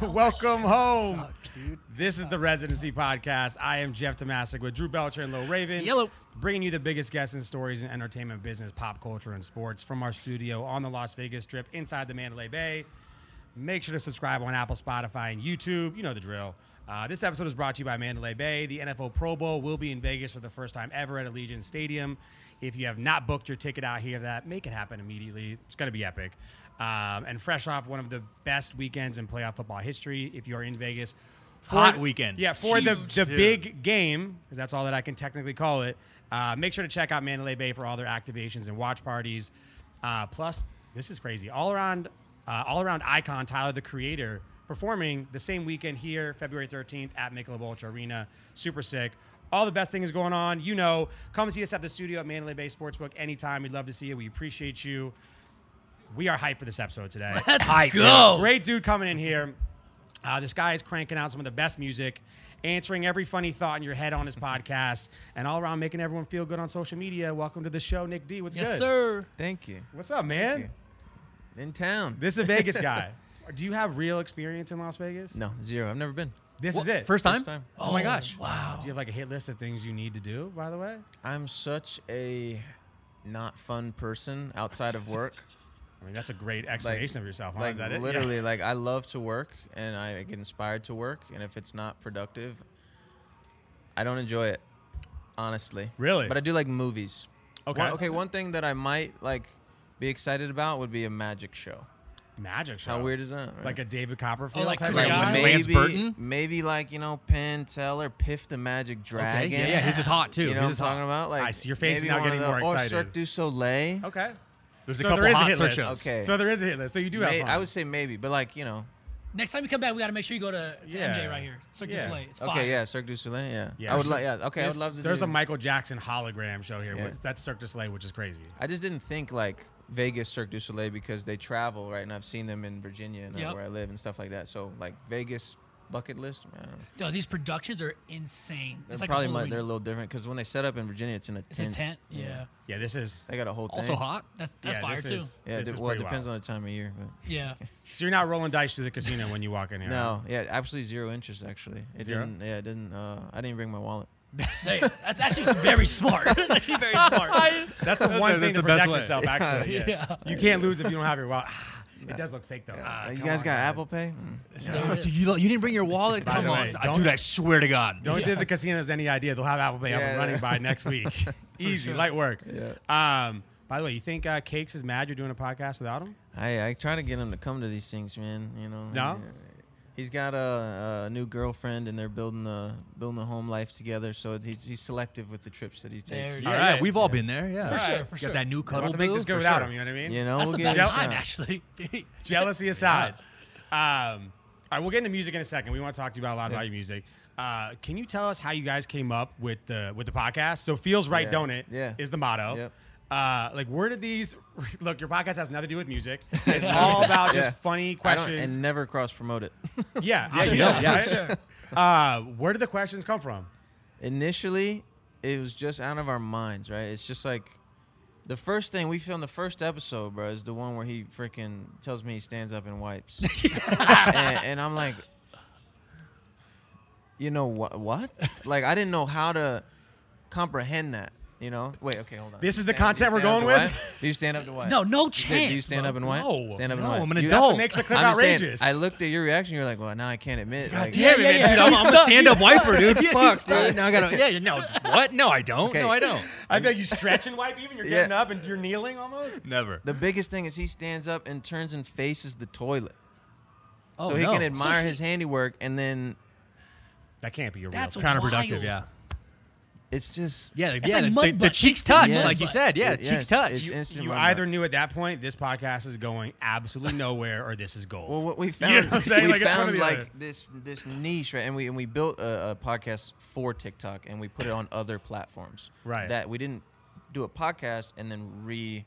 Welcome home. This is the Residency Podcast. I am Jeff Tomasic with Drew Belcher and Lil Raven. Yellow. Bringing you the biggest guests and stories in entertainment, business, pop culture, and sports from our studio on the Las Vegas Strip inside the Mandalay Bay. Make sure to subscribe on Apple, Spotify, and YouTube. You know the drill. Uh, this episode is brought to you by Mandalay Bay. The NFL Pro Bowl will be in Vegas for the first time ever at Allegiant Stadium. If you have not booked your ticket out here, that make it happen immediately. It's going to be epic. Um, and fresh off one of the best weekends in playoff football history, if you are in Vegas, for- Hot weekend. Yeah, for Huge, the, the dude. big game, because that's all that I can technically call it. Uh, make sure to check out Mandalay Bay for all their activations and watch parties. Uh, plus, this is crazy. All around, uh, all around icon Tyler the Creator performing the same weekend here, February 13th at Michelob Ultra Arena. Super sick. All the best things going on. You know, come see us at the studio at Mandalay Bay Sportsbook anytime. We'd love to see you. We appreciate you. We are hyped for this episode today. Let's Oh. go. Great dude coming in here. Uh, this guy is cranking out some of the best music, answering every funny thought in your head on his podcast, and all around making everyone feel good on social media. Welcome to the show, Nick D. What's Yes, good? sir. Thank you. What's up, man? Thank In town. This is a Vegas guy. Do you have real experience in Las Vegas? no zero. I've never been. This is What? it. First time? First time. Oh, my gosh. Wow. do you have like a hit list of things you need to do? By the way, I'm such a not fun person outside of work. I mean that's a great explanation of yourself. Huh? like is that it? literally, like I love to work and I get inspired to work. And if it's not productive, I don't enjoy it. Honestly. Really? But I do like movies. Okay. One, okay. One thing that I might like be excited about would be a magic show. Yeah. magic show. How weird is that? right? Like a David Copperfield like type of Chris Like, guy. Evans. maybe, Lance Burton? maybe like you know Pentel or Piff the Magic Dragon. yeah, yeah, his is hot too. You his know what I'm is hot. talking about? Like I see your face maybe now one of getting those- more excited. Or Cirque du Soleil. Okay. There's a So couple there is a hot hit search list. shows. Okay. So there is a hit list. So you do have. May- fun. I would say maybe, but like you know, Next time you come back, we got to make sure you go to, to Yeah. MJ right here. Cirque Yeah. du Soleil. It's okay, fine. yeah, Cirque du Soleil, yeah. Yeah. I would like, yeah, okay, I would love to. There's do- a Michael Jackson hologram show here. Yeah. which- That's Cirque du Soleil, which is crazy. I just didn't think like Vegas Cirque du Soleil because they travel right, and I've seen them in Virginia and uh, Yep. where I live and stuff like that. So like Vegas bucket list, I don't know. Dude, these productions are insane. they're it's like probably a mu- whole they're a arena. little different because when they set up in Virginia, it's in a It's a tent. tent. Yeah. Yeah, this is. They got a whole Also thing. hot. That's that's yeah, fire this too. Is, Yeah, this d- is well, it pretty depends wild. on the time of year. But. yeah. So you're not rolling dice through the casino when you walk in here. No, yeah, absolutely zero interest. Actually, it Zero? didn't. Yeah, it didn't. Uh, I didn't bring my wallet. Hey, that's actually very smart. That's actually very smart. that's the it, one thing that's to the best protect way. yourself. Actually, yeah. Yeah. you can't lose if you don't have your wallet. Ah, it does look fake though. Ah, Uh, you come guys on, got Apple Pay? Mm. Yeah, dude, you, you didn't bring your wallet? By Come the on. way, Uh, don't- Dude, I swear to God. Don't give the casinos any idea. They'll have Apple Pay up Yeah, and running yeah. by next week. Easy, sure. light work. Um, by the way, you think uh, Cakes is mad you're doing a podcast without him? I I try to get him to come to these things, man. You know. No? he- He's got a, a new girlfriend, and they're building a building a home life together. So he's, he's selective with the trips that he takes. There Yeah, All yeah, right. we've all been there. Yeah. For All sure, right. for Got sure. that new I'll cuddle have to make this booth, go for without sure. him. You know what I mean? You know, That's we'll the give it best a time, shot. actually. jealousy aside. Um, all right, we'll get into music in a second. We want to talk to you about a lot about your music. Uh, can you tell us how you guys came up with the with the podcast? So feels right, Yeah. don't it? Yeah. is the motto. Yep. Uh, like where did these look? Your podcast has nothing to do with music. It's all about Yeah. just funny I don't- questions. and never cross promote it. yeah, yeah, yeah, yeah. right? Sure. Uh, where did the questions come from? Initially, it was just out of our minds, right? It's just like the first thing we filmed the first episode, bro, is the one where he freaking tells me he stands up and wipes, and, and I'm like, you know what? What? Like I didn't know how to comprehend that. You know? Wait. Okay. Hold on. This is the Stand up- do you content we're stand up going to with? wipe? Do you stand up to wipe? No, no You said, chance. Do you stand bro. up and wipe? No, Stand up no, and wipe. I'm an You- That's adult. what makes the clip I'm just saying, outrageous. I looked at your reaction. You're like, well, now I can't admit. like, Damn it, Yeah, yeah, man, yeah. dude. You I'm, I'm a suck. stand-up wiper, dude. Yeah, you Fuck, suck. dude. Now I gotta. Yeah, no. What? No, I don't. Okay. No, I don't. I feel like you stretch and wipe even. You're Yeah. getting up and you're kneeling almost. Never. The biggest thing is he stands up and turns and faces the toilet. Oh, so he no. can admire So he- his handiwork and then That can't be your real. That's thing. Counterproductive, wild. yeah. it's just Yeah, the- It's yeah. like the- mud the, the butt. cheeks touch, Yeah. like you said. Yeah, it- cheeks it's- touch. it's You- instant You mud either butt. knew at that point this podcast is going absolutely nowhere, or this is gold. well, what we found, know what I'm saying? we Like, it's one or found the like other. this this niche, right? And we and we built a, a podcast for TikTok and we put it on other platforms, Right. That we didn't do a podcast and then re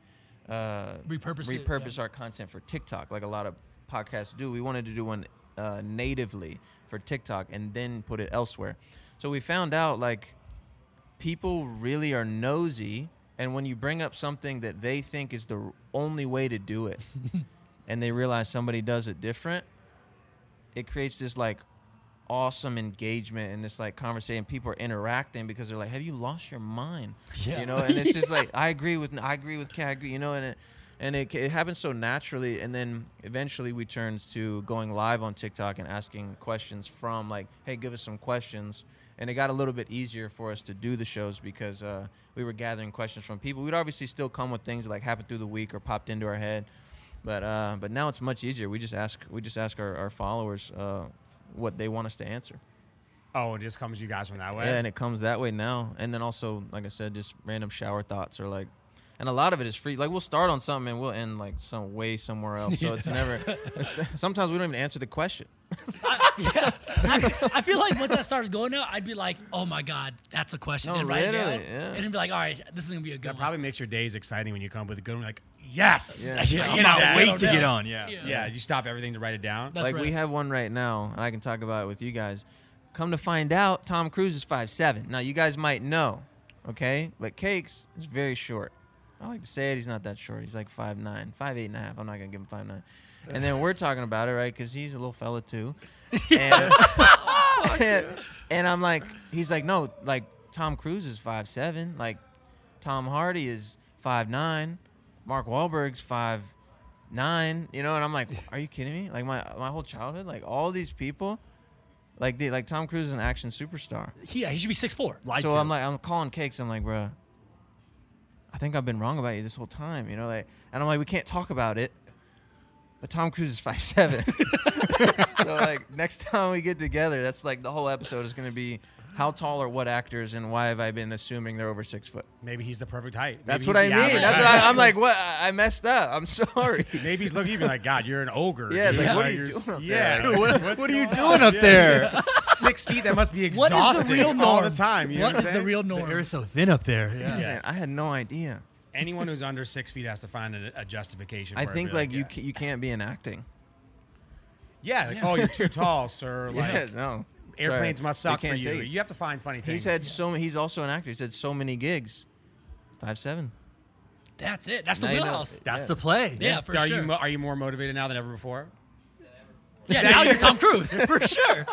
uh, Repurpose it, repurpose yeah. our content for TikTok, like a lot of podcasts do. We wanted to do one uh, natively for TikTok and then put it elsewhere. So we found out like people really are nosy and when you bring up something that they think is the r- only way to do it and they realize somebody does it different it creates this like awesome engagement and this like conversation. People are interacting because they're like, "Have you lost your mind?" Yeah. You know, and it's just like, "I agree with I agree with Kat, I agree," you know, and it, and it, it happens so naturally. And then eventually we turned to going live on TikTok and asking questions from like, "Hey, give us some questions." And it got a little bit easier for us to do the shows because uh, we were gathering questions from people. We'd obviously still come with things that like happened through the week or popped into our head. But uh, but now it's much easier. We just ask we just ask our, our followers uh, what they want us to answer. Oh, it just comes to you guys from that way. Yeah, and it comes that way now. And then also, like I said, just random shower thoughts or like, and a lot of it is free. Like we'll start on something and we'll end like some way somewhere else. So it's never. It's, sometimes we don't even answer the question. I, yeah, I, I feel like once that starts going out, I'd be like, "Oh my god, that's a question," No, and write it down, literally, yeah. and it'd be like, "All right, this is gonna be a that good one." probably makes your days exciting when you come up with a good one. Like, yes. Yeah. Like, Yeah, you I'm know not that. waiting. Wait to get on. Yeah. Yeah. Yeah, you stop everything to write it down. That's like we right. have one right now, and I can talk about it with you guys. Come to find out, Tom Cruise is five seven. Now you guys might know, okay? But Cakes is very short. I like to say it. He's not that short. He's like five nine, five eight and a half. I'm not gonna give him five nine. And then we're talking about it, right? Because he's a little fella too. And, and, and I'm like, he's like, no, like Tom Cruise is five seven. Like Tom Hardy is five nine. Mark Wahlberg's five nine. You know, and I'm like, are you kidding me? Like my my whole childhood, like all these people, like they, like Tom Cruise is an action superstar. yeah, he should be six four. Like so to. I'm like, I'm calling cakes. I'm like, bruh, I think I've been wrong about you this whole time. You know, like, and I'm like, we can't talk about it. But Tom Cruise is five seven. so like, next time we get together, that's like the whole episode is gonna be how tall are what actors and why have I been assuming they're over six foot. Maybe he's the perfect height. Maybe That's he's what I the mean. average That's what height. I, I'm like. What? I I messed up. I'm sorry. Maybe he's looking at you like, God, you're an ogre. Yeah, dude. like, what are Like, you you're- doing up yeah, there? like, what, what's what are you going doing on? up Yeah. there? Six feet, that must be What exhausting is the real norm all the time. You know what What I'm is the saying? real The norm? air is so thin up there. Yeah. Yeah. Man, I had no idea. Anyone who's under six feet has to find a, a justification. I for it, think really. like you yeah. ca- you can't be in acting. yeah, like, oh, you're too tall, sir. Like yeah, no. airplanes Sorry. must They suck for can't you. take- You have to find funny things. He's had so he's also an actor. He's had so many gigs. Five seven. That's it. That's the Now you know. wheelhouse. That's Yeah. the play. Yeah, for are sure. you mo- are you more motivated now than ever before? yeah, now you're Tom Cruise for sure.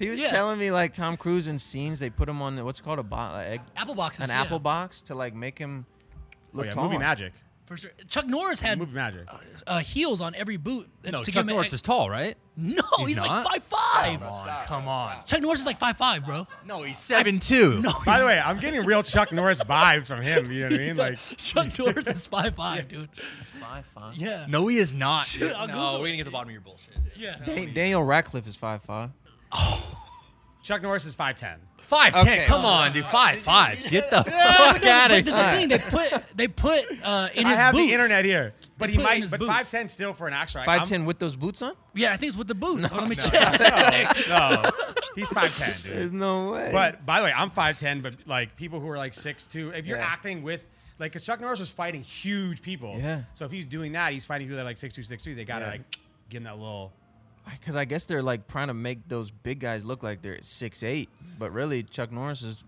He was Yeah. telling me like Tom Cruise in scenes they put him on what's it called a bo- uh, egg, Apple boxes. an yeah, apple box to like make him Oh, look yeah, tall. movie magic. for sure. Chuck Norris had Movie magic. uh, heels on every boot. uh, No, Chuck to give him a- Norris is tall, right? No, he's, He's like not? five five. Come on, come on. Chuck Norris is like five five, bro. No, he's seven two. No, By the way, I'm getting real Chuck Norris vibes from him. You know what I mean? Like, Chuck Norris is five five, dude. Five, five. Yeah. No, he is not. Dude, I'll Google we're it. gonna get the bottom of your bullshit. Yeah. Dan- Daniel Radcliffe is five five. Chuck Norris is five ten. Uh, Five ten. Okay. Come on, dude. Five five. Get the fuck out But of there's here. a thing they put they put uh, in I his have boots. the internet here, but he put it in might. his But boots. five ten still for an actor. I- Five I'm- ten with those boots on? Yeah, I think it's with the boots. Hold on, let me check. No, he's five ten, dude. no way. But by the way, I'm five ten. But like people who are like six two, if you're Yeah. acting with like, cause Chuck Norris was fighting huge people. Yeah. So if he's doing that, he's fighting people that are like six two, six two. They gotta Yeah. like give him that little. because I guess they're like trying to make those big guys look like they're six eight, but really Chuck Norris is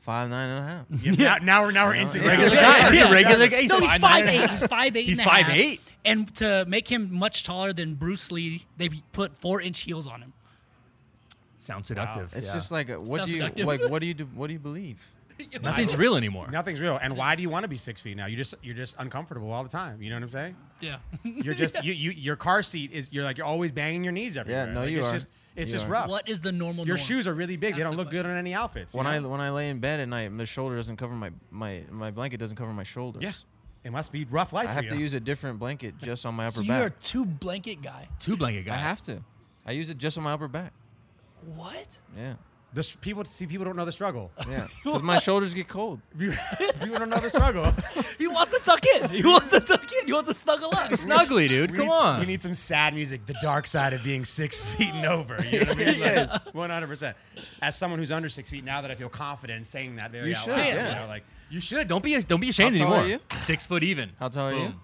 five nine and a half. Yeah, now, now we're now we're into regular. Regular guy. He's a regular guy. no, he's nine five and a eight. half. He's five eight. He's and a half. 5'8"? And to make him much taller than Bruce Lee, they put four inch heels on him. Sounds seductive. It's just like a- what Sounds do you seductive. like? What do you do? What do you believe? nothing's real anymore. Nothing's real. And why do you want to be six feet now? You just you're just uncomfortable all the time. You know what I'm saying? Yeah. You're just you, you your car seat is you're like you're always banging your knees everywhere. no, Like, you it's are. Just, it's You just are. rough. What is the normal? Your norm? shoes are really big. they That's don't the look good on any outfits. you When I know? when I lay in bed at night, my shoulder doesn't cover my my my blanket doesn't cover my shoulders. yeah, it must be rough life for I have you. to use a different blanket just on my upper So you're a back. two blanket guy. Two blanket guy. I have to. I use it just on my upper back. What? Yeah, This people see people don't know the struggle. yeah. Because my shoulders get cold. people don't know the struggle. He wants to tuck in. He wants to tuck in. He wants to snuggle up. Snuggly, dude. We Come need- on. we need some sad music. The dark side of being six feet and over. You know what I mean? One hundred percent. As someone who's under six feet, now that I feel confident in saying that very You out should, loud, yeah. you know, like you should. Don't be. Don't be ashamed How tall anymore. are you? Six foot even. How tall are you? Boom.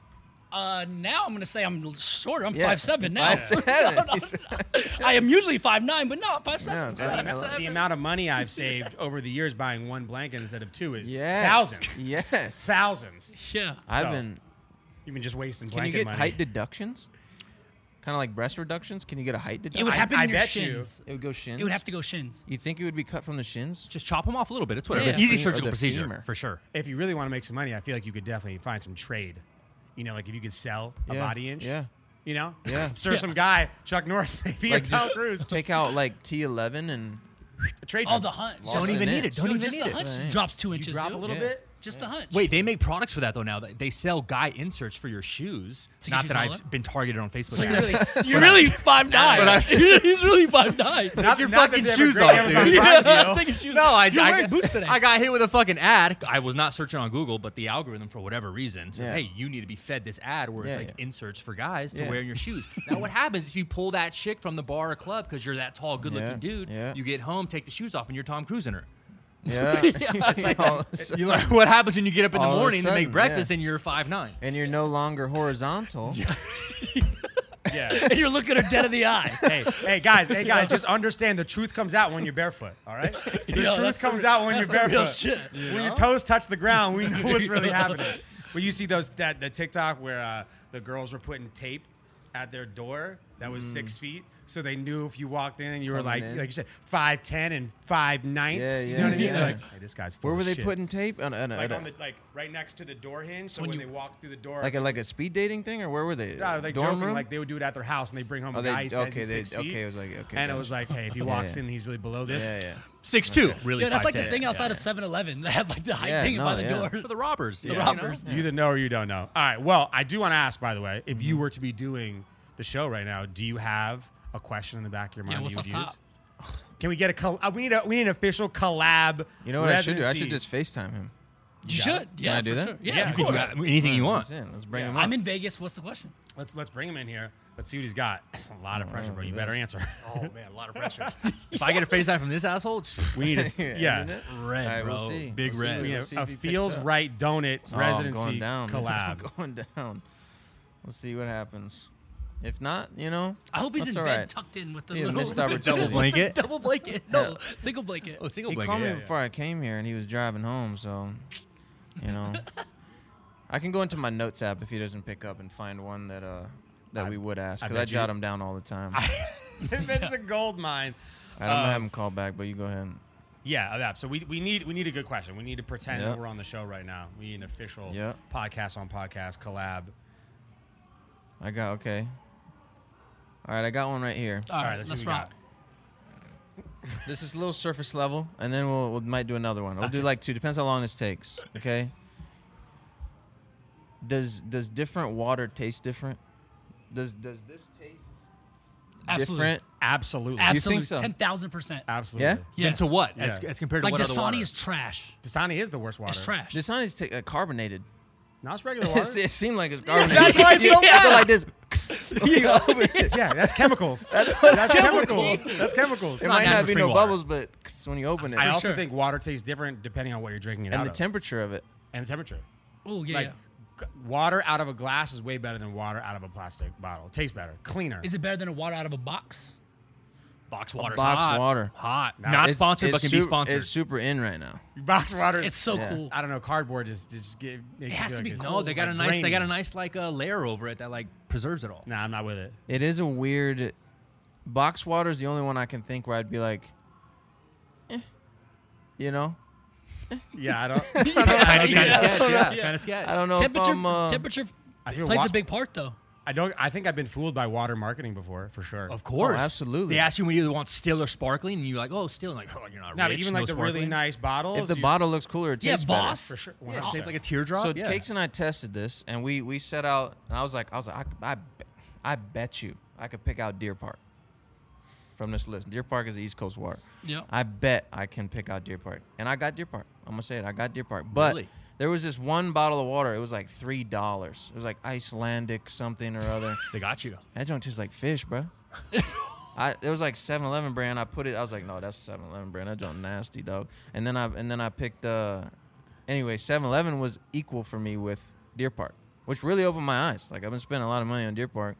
Uh, now I'm gonna say I'm shorter. I'm Yeah. five seven now. 5'7". No, no, I am usually five nine, but now I'm five seven. Yeah, I'm that's- sorry. the amount- the amount of money I've saved over the years buying one blanket instead of two is Yes. thousands, Yes. thousands. Yeah. I've So, been. You've been just wasting Can you blanket get money. height deductions? kind of like breast reductions? Can you get a height It deduction? would I- happen I in your bet you. shins. It would go shins. It would have to go shins. You think it would be cut from the shins? Just chop them off a little bit. It's whatever. Yeah. Easy Or surgical the procedure femur. for sure. If you really want to make some money, I feel like you could definitely find some trade. You know, like if you could sell a Yeah, body inch. yeah. You know? Yeah. Serve some guy, Chuck Norris, maybe, Like, or Tom just Cruise. Take out like T11 and Trade Oh, you. the hunch. Lost Don't an even inch. Yo, just the hunch Right. drops two You inches. drop dude. a little Yeah. bit. Just the hunch. Wait, they make products for that though now. They sell guy inserts for your shoes. To get Not you that taller? I've been targeted on Facebook. So you're ads. really, you're really five nine. But I- He's really five nine. Not, your not that fucking they have a shoes great off, Amazon dude. Prime yeah, deal. I'm taking shoes. No, I, You're I, wearing boots today. I got hit with a fucking ad. I was not searching on Google, but the algorithm, for whatever reason, says, Yeah. "Hey, you need to be fed this ad where it's Yeah, like yeah. inserts for guys to Yeah. wear in your shoes." now, what happens if you pull that chick from the bar or club because you're that tall, good-looking Yeah, dude? yeah. You get home, take the shoes off, and you're Tom Cruise in her. yeah, All of a sudden- You like, what happens when you get up in All the of a morning to sudden, make yeah. breakfast and you're five nine? and you're no longer horizontal. Yeah. and you're looking her dead in the eyes. Hey, hey guys, hey guys, just understand the truth comes out when you're barefoot, all right? The Yo, that's truth the comes re- out when that's you're the barefoot. real shit. When your toes touch the ground, we know what's really happening. When you see those that the TikTok where uh, the girls were putting tape at their door that was six feet, so they knew if you walked in and you were Coming like, in. like you said, five ten and five ninths. Yeah, you know what I mean? yeah, They're yeah. like, hey, this guy's. Full Where of were they shit." putting tape? On, on, Like on on the like right next to the door hinge, so when when, you- they walk through the door, like a like a speed dating thing, or where were they? no, like Dorm joking, room? like they would do it at their house and they bring home Oh, a they- guy. He says okay, he's they- six feet, okay, it was like, okay, and gotcha. it was like, hey, if he walks yeah. in and he's really below this, yeah, yeah. Six two, really? Yeah, that's like 5'10". the thing Yeah. outside of 7-Eleven. That has like the height Yeah, thing no, by the door. yeah. for the robbers. The robbers. You either know or you don't know. All right. Well, I do want to ask, by the way, if Mm-hmm. you were to be doing the show right now, do you have a question in the back of your mind? Yeah, that what's you off would top? use? Can we get a? Col- uh, we need a. We need an official collab. You know what I should do? I residency. should just Facetime him. You got it? should. Yeah, I do for that? sure. Yeah, Yeah, of you course. anything you want. Let's in, Let's bring him up. I'm in Vegas. What's the question? let's let's bring him in here. Let's see what he's got. That's a Oh, lot of pressure, bro. You yeah. better answer. Oh man, a lot of pressure. if I get a FaceTime from this asshole, it's We need a Yeah, yeah. isn't it? red, All right, bro. We'll see. Big We'll see red. what- We we'll need see a if he picks feels up. right donut Oh, residency I'm going down. man. I'm collab. going down. We'll see what happens. If not, you know, I hope he's that's in all bed right. tucked in with the He had little missed opportunity. with the blanket? double blanket. No, single blanket. Oh, single He blanket. called me yeah, yeah. before I came here, and he was driving home. So, you know, I can go into my notes app if he doesn't pick up and find one that uh that we would ask I because I, bet you- jot him down all the time. I, It's a gold mine. don't Uh, have him call back, but you go ahead. Yeah, that. So we, we need we need a good question. We need to pretend Yep. that we're on the show right now. We need an official Yep. podcast on podcast collab. I got okay. All right, I got one right here. All All right, right, let's let's, see what we rock. got. This is a little surface level, and then we'll, we'll might do another one. We'll do like two. Depends how long this takes. Okay. Does does different water taste different? Does does this taste Absolutely. different? Absolutely. You Absolutely. think so? Ten thousand percent. Absolutely. Yeah? Yes. Into what? As, Yeah. as compared to Like what other water? Dasani is trash. Dasani is the worst water. It's trash. This one is ta- uh, carbonated. Not it's regular It's- water. it seemed like it's carbonated. that's why it's so You go bad. like this. you go over it. yeah, that's chemicals. that's, chemicals. That's chemicals. It not might natural not be spring no water. bubbles, but when you open it, I also sure. think water tastes different depending on what you're drinking it and out the of. temperature of it. and the temperature. oh yeah, Like yeah. g- water out of a glass is way better than water out of a plastic bottle. It tastes better, cleaner. Is it better than a water out of a box? Box water. Box hot. water. Hot. Nah, Not it's- sponsored, but it's can be su- sponsored. It's super in right now. box water? It's so Yeah. cool. I don't know. Cardboard is just give. It has to be no, they got a nice. They got a nice. nice like uh, layer over it that like preserves it all. Nah, I'm not with it. It is a weird. Box water is the only one I can think where I'd be like, eh, you know, Yeah, I don't. Kind of Yeah. sketch. Yeah. Yeah. Kind of sketch. I don't know if Temperature I'm. Uh, temperature I feel plays wa- a big part though. I don't. I think I've been fooled by water marketing before, for sure. Of course, Oh, absolutely. They ask you when you either want still or sparkling, and you're like, "Oh, still." And like, oh, you're not Nah, rich. but even no like the sparkling. really nice bottles. if the you- bottle looks cooler, it Yeah, tastes better. boss. for sure. yeah, 100%. shaped like a teardrop. So yeah. cakes and I tested this, and we we set out, and I was like, I was like, I, I, bet- I bet you I could pick out Deer Park from this list. Deer Park is the East Coast water. Yeah. I bet I can pick out Deer Park, and I got Deer Park. I'm gonna say it, I got Deer Park. But Really? there was this one bottle of water. It was like three dollars. It was like Icelandic something or other. They got you. that joint tastes like fish, bro. I, it was like 7-Eleven brand. I put it. I was like, no, that's 7-Eleven brand. That joint nasty, dog. And then I and then I picked. Uh, anyway, 7-Eleven was equal for me with Deer Park, which really opened my eyes. Like I've been spending a lot of money on Deer Park.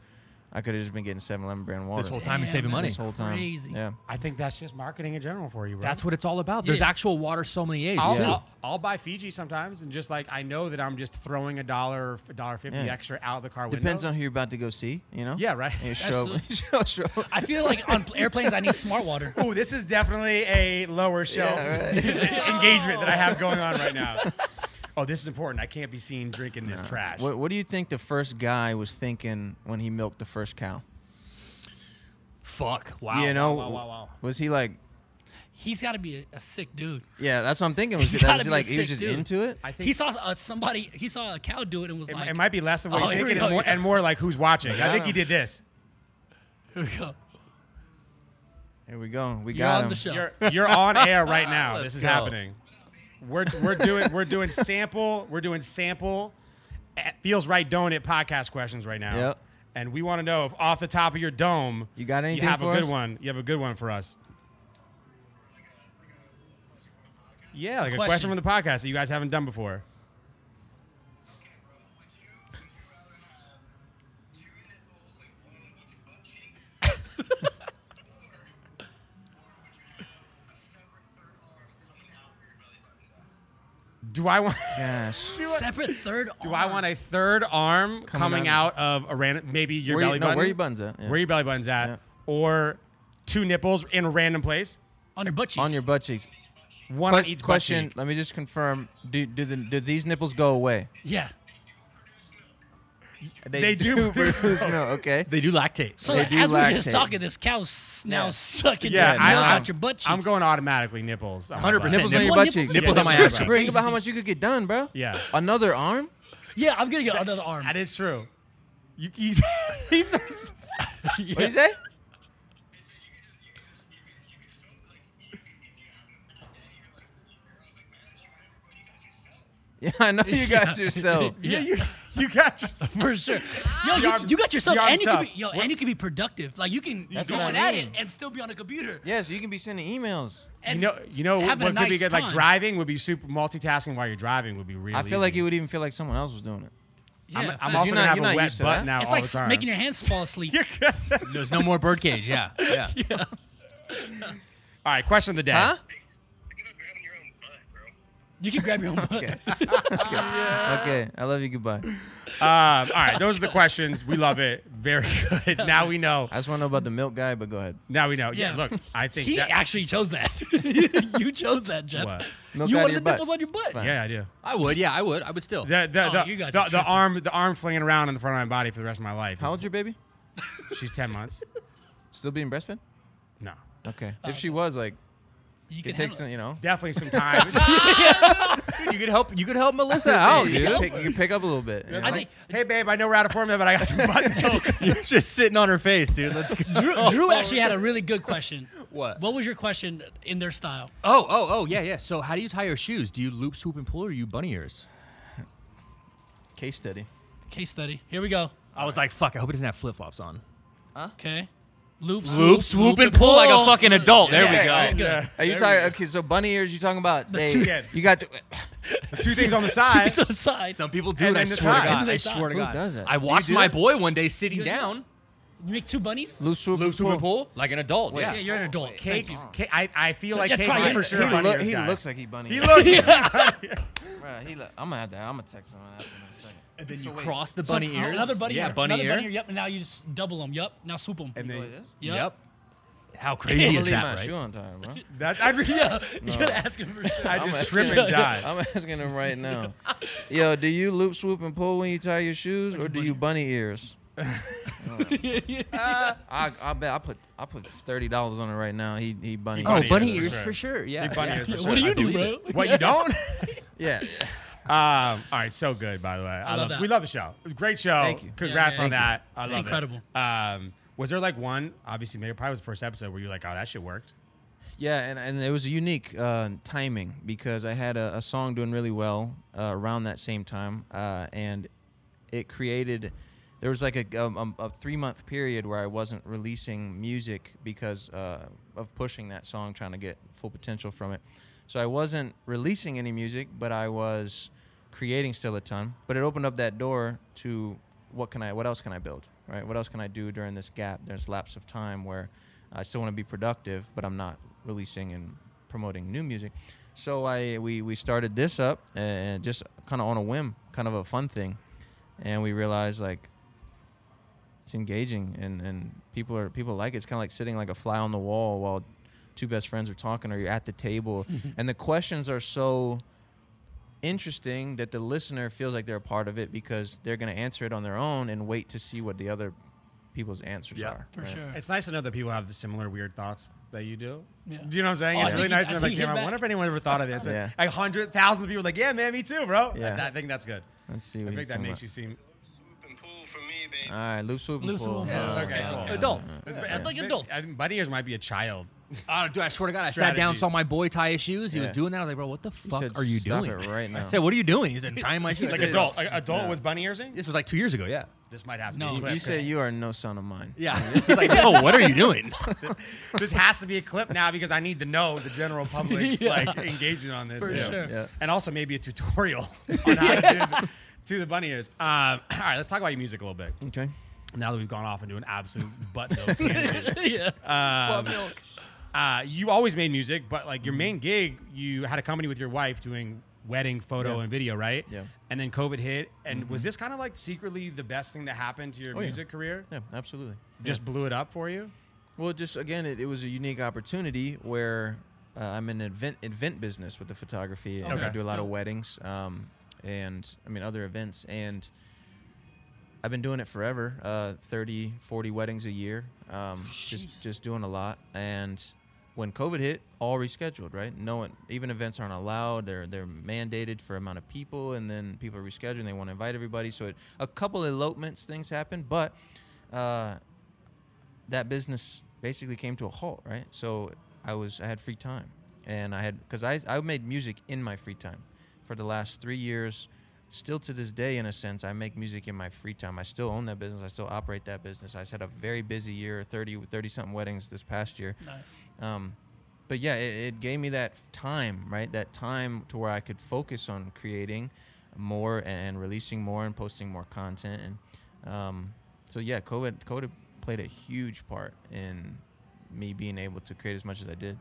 I could have just been getting 7-Eleven brand water This whole time and saving money. This whole time. Crazy. Yeah. I think that's just marketing in general for you, bro. That's what it's all about. There's Yeah. actual water sommeliers I'll, too. I'll, I'll buy Fiji sometimes, and just like I know that I'm just throwing a dollar, or f- dollar fifty Yeah. extra out of the car window. Depends on who you're about to go see, you know? Yeah, right. You show, show, show. I feel like on airplanes I need smart water. Oh, this is definitely a lower shelf Yeah, engagement that I have going on right now. Oh, this is important. I can't be seen drinking this trash. What, what do you think the first guy was thinking when he milked the first cow? Fuck. Wow. you know, wow, wow, wow. was he like, He's got to be a, a sick dude. yeah, that's what I'm thinking. Was, He's he, gotta was be he a like, he sick was just dude. into it? I think He saw uh, somebody. He saw a cow do it and was it, like, it might be less of what Oh, he's here we thinking go, and more, yeah. and more like who's watching. I think he did this. "Here we go. Here we go. We You're got on him. the show." You're you're on air right now. Let's this is go. happening. We're we're doing we're doing sample we're doing sample at feels right don't it podcast questions right now. Yep. And we want to know if off the top of your dome You got you anything have a for good us? one. You have a good one for us. Yeah, like a question. Question. from the podcast that you guys haven't done before. Do I want Gosh. Separate third. do I want a third arm coming, out out of a random maybe your Where you- belly no, button? where your buttons at? Yeah. Where your belly button's at Yeah. or two nipples in a random place? on your butt cheeks? on your butt cheeks. One Que- on each butt question. cheek. Let me just confirm. Do do, the, do these nipples go away? yeah. They do produce produce milk. Okay. They do lactate. So They like, do as we we're just lactate. talking, this cow's now sucking Yeah, your I- milk I- out your butt cheeks. I'm going automatically nipples. on 100%. my butt. Nipples on your Nipple- butt cheeks. Nipples Yeah, on my nipples ass on cheeks. your Think about how much you could get done, bro. Yeah. Another arm. Yeah, I'm gonna get another arm. That is true. You, he's, he's, he's- What do you say? Yeah, I know you got yourself. yeah, you, you got yourself. for sure. Yo, you, arms- you got yourself, your arms and you can tough. be, yo, and you can be productive. Like you can That's go what I on at it mean. and still be on a computer. Yeah, so you can be sending emails. And You know, you know what having a could be nice good? Like time. driving would be super multitasking while you're driving would be really. I feel like easy. you would even feel like someone else was doing it. I'm, Yeah, I'm also facts. gonna You're not- have you're not a wet used to butt that. now It's all like the s- time. making your hands fall asleep. There's no more birdcage. Yeah. Yeah. all right, question of the day. Huh? Think about grabbing your own butt, bro. You can grab your own butt. Okay. okay. okay. I love you. Goodbye. Um, all right, those are the questions. We love it. Very good. Now we know. I just want to know about the milk guy, but go ahead. Now we know. Yeah. Yeah. look, I think He that, actually chose that. you chose that, Jeff. What? Milk you out of wanted your the butt. nipples on your butt. Fine. yeah, I do. I would. Yeah, I would. I would still. The, the, Oh, the, you guys the, are the tripping. arm, the arm flinging around in the front of my body for the rest of my life. How old's your baby? She's ten months. Still being breastfed? No, Okay. Uh, If she was, like, You can it handle takes, some, it. you know. definitely some time. you could help. You could help Melissa Oh, out. you, dude. can pick, you can pick up a little bit. you I know? think hey, babe, I know we're out of formula, but I got some butt milk. You're just sitting on her face, dude. Let's go. Drew, Drew actually had a really good question. What? What was your question in their style? Oh, oh, oh, yeah, yeah. So, how do you tie your shoes? Do you loop, swoop, and pull, or you bunny ears? Case study. Case study. Here we go. I was like, fuck. I hope it doesn't have flip flops on. Okay. Loop, swoop, Loop, swoop, and pull like a fucking adult. There Yeah, we go. yeah, yeah. Are you talking? Okay, so bunny ears. You talking about? They, two- you got. To, Two things on the Two side. things on the side. Some people do And it. I then the swear to tie. And then God. they I tie. swear to Who God. does that? I Do you watched do my that? boy one day sitting guys- down, You make two bunnies? Oh, loose swoop. loop, and swoop, and pull. pull like an adult. Wait. yeah. Yeah, you're an adult. Thank Cakes. Ca- I, I feel So, like yeah, cakes try is it. for sure. a He, bunny look- ears he guy. looks like he bunny. He ears. looks. you. Bruh, he look- I'm gonna have that. I'm gonna text him and ask him in a second. And then you wait. cross the So bunny now ears. Another bunny yeah, ear. bunny another ear. bunny ear. Yep. And now you just double them. Yep. Now swoop them. And Go then like this. Yep. How I'm crazy gonna is leave my that, shoe right? on time, bro. that I'd re- Yeah. You gotta ask him for sure. I I'm just asking trip him- and die. I'm asking him right now. Yo, do you loop, swoop, and pull when you tie your shoes, or do you bunny ears? I, I bet I put I put thirty dollars on it right now. He he bunny. Oh, ears. bunny ears for sure. Yeah. Big bunny ears for Yeah, sure. what do I you do, believe bro? it. What you don't? yeah. Um, all right, so good by the way. I, love love, that. we love the show. Great show. Thank you. Congrats Yeah, on yeah. that. I love It's incredible. It. Um, was there like one? Obviously, maybe probably was the first episode where you were like, "Oh, that shit worked." Yeah, and, and it was a unique uh, timing because I had a, a song doing really well uh, around that same time, uh, and it created. There was like a, um, a, three month period where I wasn't releasing music because uh, of pushing that song, trying to get full potential from it. So I wasn't releasing any music, but I was creating still a ton. But it opened up that door to what can I, what else can I build? right? What else can I do during this gap, this lapse of time where I still want to be productive, but I'm not releasing and promoting new music? So I we, we started this up and just kind of on a whim, kind of a fun thing, and we realized like it's engaging and, and people are people like it. It's kind of like sitting like a fly on the wall while two best friends are talking, or you're at the table, and the questions are so interesting that the listener feels like they're a part of it because they're going to answer it on their own and wait to see what the other people's answers Yeah, are. for right? sure. It's nice to know that people have similar weird thoughts that you do. Yeah. Do you know what I'm saying? Oh, I it's really think you- nice to I know, think like, you hit damn, I back. wonder if anyone ever thought of this. Yeah. Like, hundred thousand people, like, yeah, man, me too, bro. Yeah. I, I think that's good. Let's see. I What he's think that talking makes you about. seem Swoop and pull for me, baby. All right, loop swoop. and Loop, pull. swoop, and Uh, pull. okay, okay, cool. okay. Adults. It's- Yeah. I think- Like adults. I think Buddy ears might be a child. Ah, dude, I swear to God, I sat down, Strategy. saw my boy tie his shoes. He was Yeah. doing that. I was like, bro, what the fuck said, are you "Stop doing it right now." I said, what are you doing? He said, tying my shoes. He's like I said, adult. Like, adult with bunny earsing? This was like two years ago. Yeah. This might have to No, be. a you clip, You 'cause said you are no son of mine. Yeah. He's like, no, what are you doing? this has to be a clip now because I need to know the general public's Yeah. like engagement on this For too. sure. Yeah. and also maybe a tutorial on how to do, to the bunny ears. Um, all right, let's talk about your music a little bit. Okay. Now that we've gone off into an absolute butt note tangent, yeah. uh, you always made music, but like your Mm-hmm. main gig, you had a company with your wife doing wedding photo Yeah. and video, right? Yeah. Mm-hmm. And then COVID hit, and was this kind of like secretly the best thing that happened to your Oh, yeah. music career? Yeah, absolutely. Just blew it up for you. Well, just again, it, it was a unique opportunity where uh, I'm in event event business with the photography. And Okay. I do a lot of weddings, um, and I mean other events, and I've been doing it forever. Uh, 30, 40 weddings a year. Um, just just doing a lot, and when COVID hit, all rescheduled. Right, no one, even events aren't allowed. They're they're mandated for amount of people, and then people are rescheduling. They want to invite everybody, so it, a couple elopements things happened, but. Uh, that business basically came to a halt, right? So I was I had free time, and I had because I I made music in my free time for the last three years. Still to this day, in a sense, I make music in my free time. I still own that business. I still operate that business. I just had a very busy year, 30, 30 something weddings this past year. Um, but yeah, it, it gave me that time, right? That time to where I could focus on creating more and, and releasing more and posting more content. And um, so yeah, COVID, COVID played a huge part in me being able to create as much as I did.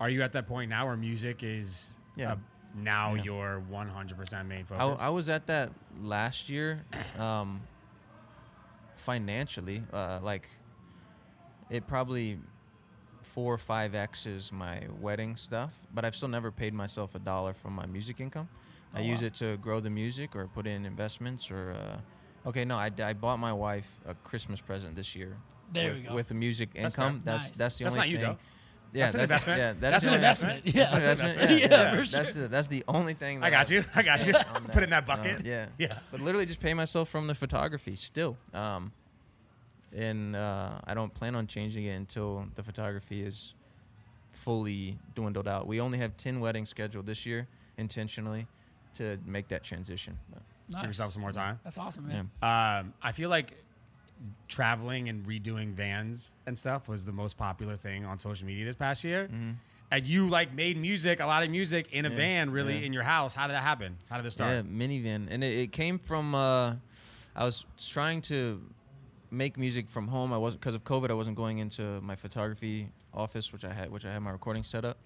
Are you at that point now where music is Yeah. uh, now Yeah. your 100% main focus? I, I was at that last year, um, financially, uh, like it probably four or five X's my wedding stuff, but I've still never paid myself a dollar from my music income. I use it to grow the music or put in investments or. Uh, okay, no, I, I bought my wife a Christmas present this year. There with, we go. with the music That's fair. income, that's Nice. that's the That's only not you, thing. though. Yeah, That's an investment. Yeah, That's that's, an the only- investment. Yeah, that's an that's an investment. investment. Yeah, Yeah, yeah. for that's the that's the only thing. I that got you. I got you. on Put it in that Uh, bucket. yeah, Yeah. But literally, just pay myself from the photography still. Um, and uh, I don't plan on changing it until the photography is fully dwindled out. We only have ten weddings scheduled this year intentionally to make that transition. But, Nice. Give yourself some more time. That's awesome, yeah. man. Um, I feel like traveling and redoing vans and stuff was the most popular thing on social media this past year. And you like made music, a lot of music in a van, really Mm-hmm. yeah. in your house. How did that happen? How did this start? Yeah, minivan, and it, it came from. Uh, I was trying to make music from home. I wasn't because of COVID. I wasn't going into my photography office, which I had, which I had my recording set up,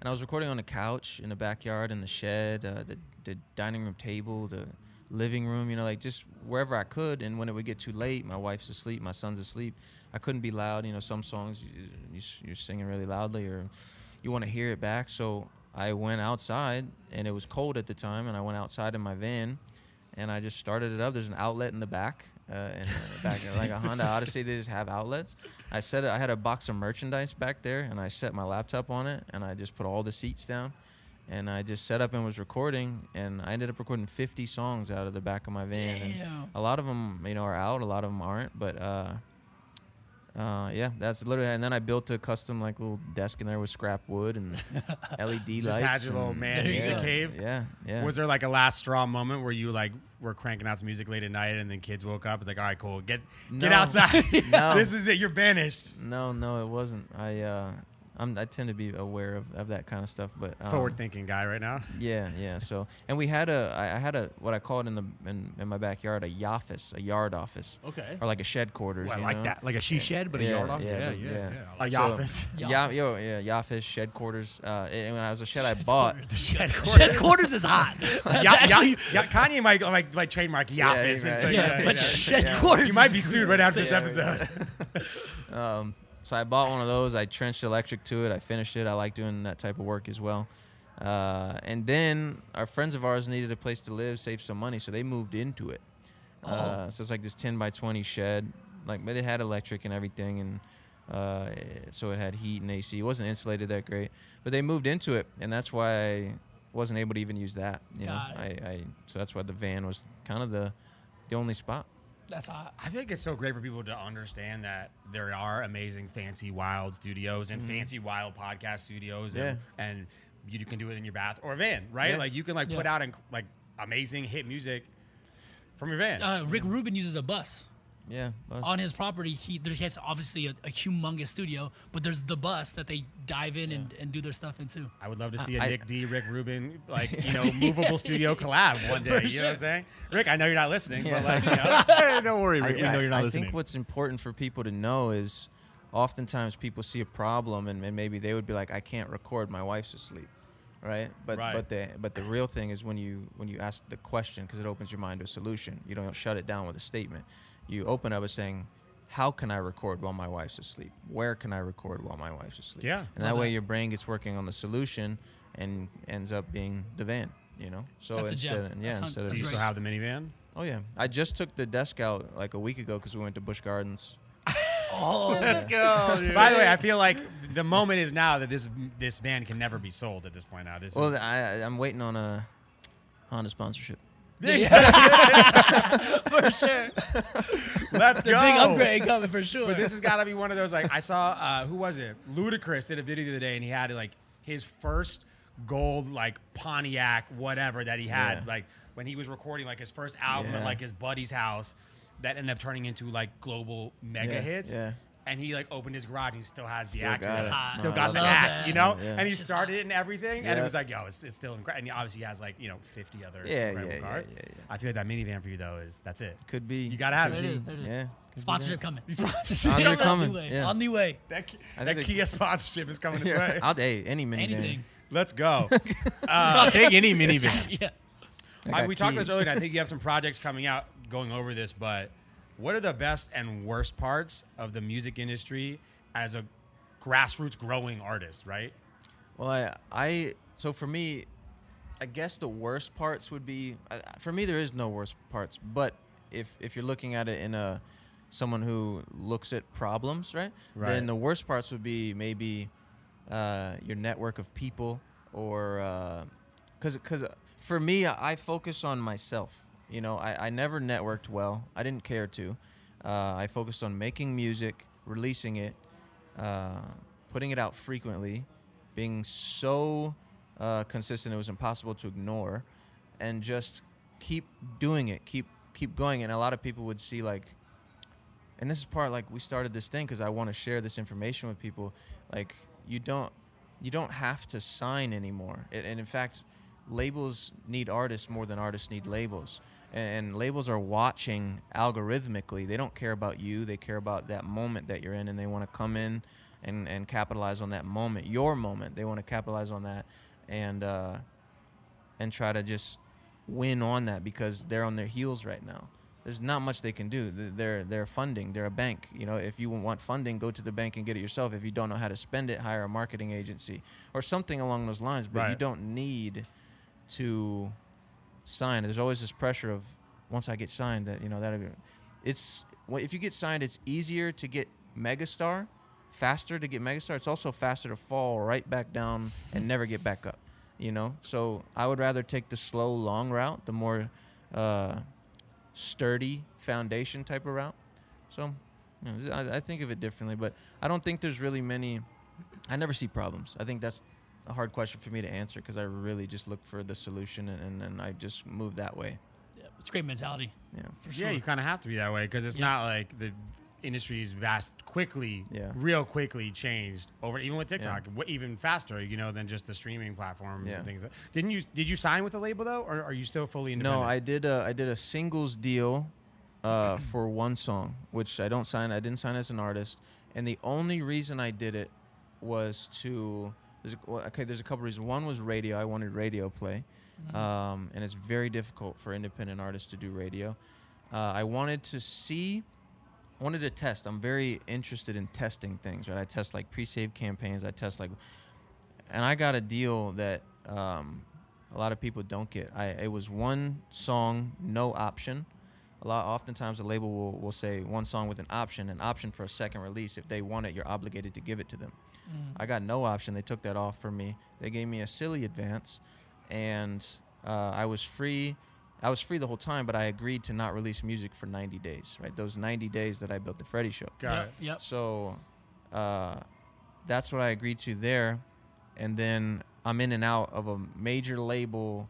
and I was recording on a couch in the backyard, in the shed, uh, the the dining room table, the living room. You know, like just wherever I could. And when it would get too late, my wife's asleep, my son's asleep. I couldn't be loud. You know, some songs you, you, s- you're singing really loudly, or you want to hear it back. So I went outside, and it was cold at the time, and I went outside in my van, and I just started it up. There's an outlet in the back, uh, and uh, back like a Honda Odyssey, they just have outlets. I set it. I had a box of merchandise back there, and I set my laptop on it, and I just put all the seats down, and I just set up and was recording, and I ended up recording 50 songs out of the back of my van. and Damn. a lot of them, you know, are out. A lot of them aren't, but. uh uh, yeah, that's literally. And then I built a custom like little desk in there with scrap wood and LED lights. Just had your little and- man There you music go. cave. Yeah, yeah. Was there like a last straw moment where you like were cranking out some music late at night and then kids woke up? It's like, all right, cool, get get No. outside. No. this is it. You're banished. No, no, it wasn't. I uh, I'm, I tend to be aware of, of that kind of stuff. But um, Forward thinking guy right now. Yeah, yeah. So, and we had a, I I had a, what I called in the in, in my backyard a yoffice, a yard office. Okay. Or like a shed quarters. Well, I you like know? that, like a she shed, but a Yeah, yard off. yeah, Yeah, yeah, but- yeah. yeah. I A like- Yoffice. Yeah, Yoffice. yo, yeah, yoffice shed quarters. Uh, and when I was a shed, I bought. The shed quarters. Shed quarters is hot. That's Yeah, yeah, actually- yeah, Kanye might like like trademark Yafis. Yeah, It's right. like, yeah, uh, yeah. but shed quarters. you might is be sued right after this insane. episode. So I bought one of those. I trenched electric to it. I finished it. I like doing that type of work as well. Uh, and then our friends of ours needed a place to live, save some money, so they moved into it. Uh, so it's like this 10 by 20 shed, like, but it had electric and everything, and uh, it- so it had heat and AC. It wasn't insulated that great, but they moved into it, and that's why I wasn't able to even use that. You know, Got I, I so that's why the van was kind of the the only spot. That's hot. I feel like it's so great for people to understand that there are amazing fancy wild studios Mm-hmm. and fancy wild podcast studios and, and you, you can do it in your bath or van, right? Yeah. Like you can like put Yeah. out and like amazing hit music from your van. Uh, Rick Rubin uses a bus Yeah, well, on his property. He there he has obviously a, a humongous studio, but there's the bus that they dive in and, and do their stuff into. I would love to see a I- Nick D, Rick Rubin, like you know, movable studio collab one day. You know what I'm sure. saying, Rick? I know you're not listening, but like, you know, Hey, don't worry, Rick. we I- know you're not I listening. think what's important for people to know is oftentimes people see a problem and, and maybe they would be like, I can't record, my wife's asleep. Right? But Right. but the but the real thing is when you when you ask the question because it opens your mind to a solution. You don't shut it down with a statement. You open up by saying, How can I record while my wife's asleep? Where can I record while my wife's asleep? Yeah. And that way your brain gets working on the solution and ends up being the van, you know? So That's a instead gem. of- That yeah, sounds- instead of do you That's still great. have the minivan? Oh yeah, I just took the desk out like a week ago because we went to Busch Gardens. Let's go. dude. By the way, I feel like the moment is now that this this van can never be sold at this point. Now this Well, is, I, I'm waiting on a Honda sponsorship. let's The go. big upgrade coming for sure. But this has got to be one of those like I saw uh, who was it? Ludacris did a video the other day and he had like his first gold like Pontiac whatever that he had Yeah. like when he was recording like his first album at Yeah. like his buddy's house that ended up turning into like global mega Yeah, hits. yeah. And he like opened his garage and he still has the Still got Acura. it. Hot. Still No, I got love the that. hack, you know? Yeah. And he started it and everything. And it Yeah. was like, yo, it's, it's still incredible. And he- obviously he has like, you know, 50 other Yeah, incredible yeah, yeah, cars. yeah, yeah. I feel like that minivan for you though is that's it. Could be. You gotta have There it. it is. There it is. Yeah. Sponsorship coming. Sponsorship. Andre Sponsorship On coming, the way. yeah. On the way. That, Ki- I that think they- Kia sponsorship is coming this way. I'll hey, any minivan. Anything. Let's go. I'll take any minivan. Yeah. I I- got we talked about this keys. earlier, and I think you have some projects coming out going over this, but what are the best and worst parts of the music industry as a grassroots growing artist, right? Well, I, I so for me, I guess the worst parts would be I- for me there is no worst parts, but if if you're looking at it in a someone who looks at problems, right? Right. Then the worst parts would be maybe uh, your network of people or uh, because because uh, for me I I focus on myself. You know, I, I never networked well. I didn't care to. Uh, I focused on making music, releasing it, uh, putting it out frequently, being so uh, consistent it was impossible to ignore, and just keep doing it, keep keep going. And a lot of people would see like, and this is part like we started this thing because I want to share this information with people. Like you don't you don't have to sign anymore, and, and in fact, labels need artists more than artists need labels. And, and labels are watching algorithmically. They don't care about you. They care about that moment that you're in, and they want to come in and and capitalize on that moment, your moment. They want to capitalize on that, and uh, and try to just win on that because they're on their heels right now. There's not much they can do. Th- They're they're funding. They're a bank. You know, if you want funding, go to the bank and get it yourself. If you don't know how to spend it, hire a marketing agency or something along those lines. But you Right. don't need to sign. There's always this pressure of once I get signed that you know that it's well, if you get signed, it's easier to get megastar, faster to get megastar. It's also faster to fall right back down and never get back up. You know, so I would rather take the slow long route, the more uh, sturdy foundation type of route. So you know, I, I think of it differently, but I don't think there's really many. I never see problems. I think that's a hard question for me to answer because I really just look for the solution and, and, and I just move that way. Yeah, It's great mentality. Yeah. For sure. Yeah, you kind of have to be that way because it's not like the industry's vast quickly, Yeah. real quickly changed over even with TikTok, wh- even faster, you know, than just the streaming platforms Yeah. and things. That, didn't you? Did you sign with a label though, or are you still fully No, independent? I did. A, I did a singles deal uh, for one song, which I don't sign. I didn't sign as an artist, and the only reason I did it was to. There's a, well, okay, there's a couple reasons. One was radio. I wanted radio play, um, and it's very difficult for independent artists to do radio. Uh, I wanted to see. I wanted to test. I'm very interested in testing things, right? I test like pre-save campaigns. I test like and I got a deal that um, a lot of people don't get. I it was one song, no option. A lot oftentimes the label will, will say one song with an option, an option for a second release. If they want it, you're obligated to give it to them. I got no option. They took that off from me. They gave me a silly advance, and uh, I was free. I was free the whole time, but I agreed to not release music for 90 days. Right, those 90 days that I built the Freddy Show. Got yep, it. Yep. So uh, that's what I agreed to there. And then I'm in and out of a major label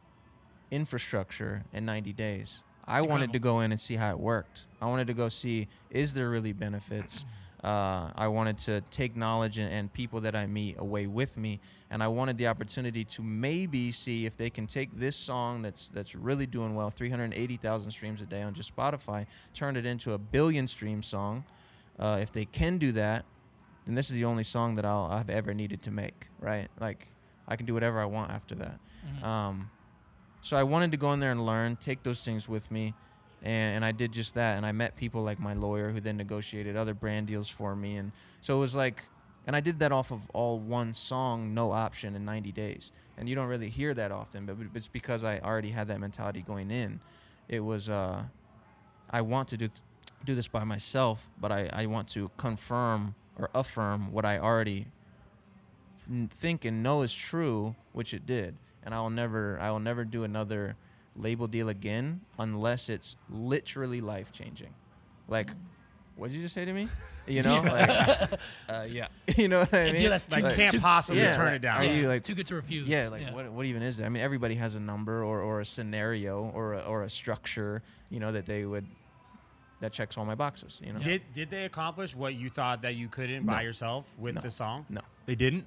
infrastructure in 90 days. I wanted to go in and see how it worked. I wanted to go see is there really benefits. Uh, I wanted to take knowledge and, and people that I meet away with me, and I wanted the opportunity to maybe see if they can take this song that's that's really doing well, 380,000 streams a day on just Spotify, turn it into a billion stream song. Uh, if they can do that, then this is the only song that I'll, I've ever needed to make, right? Like I can do whatever I want after that. Um, so I wanted to go in there and learn, take those things with me, and, and I did just that. And I met people like my lawyer, who then negotiated other brand deals for me, and so it was like, and I did that off of all one song, no option in 90 days. And you don't really hear that often, but but it's because I already had that mentality going in. It was, uh, I want to do th- do this by myself, but I, I want to confirm or affirm what I already n- think and know is true, which it did. And I will never I will never do another label deal again unless it's literally life changing. Like, what did you just say to me? You know, like, uh, yeah, you know what I mean. A deal that's too, Like, can't too, possibly yeah, turn like, it down. Are you like too good to refuse. yeah, like what what even is that? I mean, everybody has a number or, or a scenario or a, or a structure, you know, that they would that checks all my boxes, you know. Did Did they accomplish what you thought that you couldn't by yourself with the song? no. They didn't.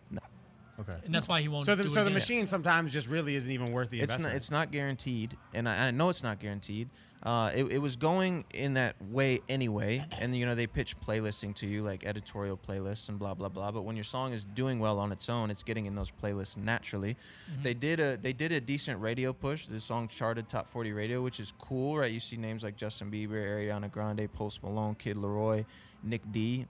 Okay. And that's why he won't. So the do it so the again. machine sometimes just really isn't even worth the It's not investment. it's not guaranteed, and I, I know it's not guaranteed. Uh, it, it was going in that way anyway, and you know they pitch playlisting to you like editorial playlists and blah blah blah. But when your song is doing well on its own, it's getting in those playlists naturally. They did a they did a decent radio push. The song charted top forty radio, which is cool, right? You see names like Justin Bieber, Ariana Grande, Post Malone, Kid Leroy, Nick D,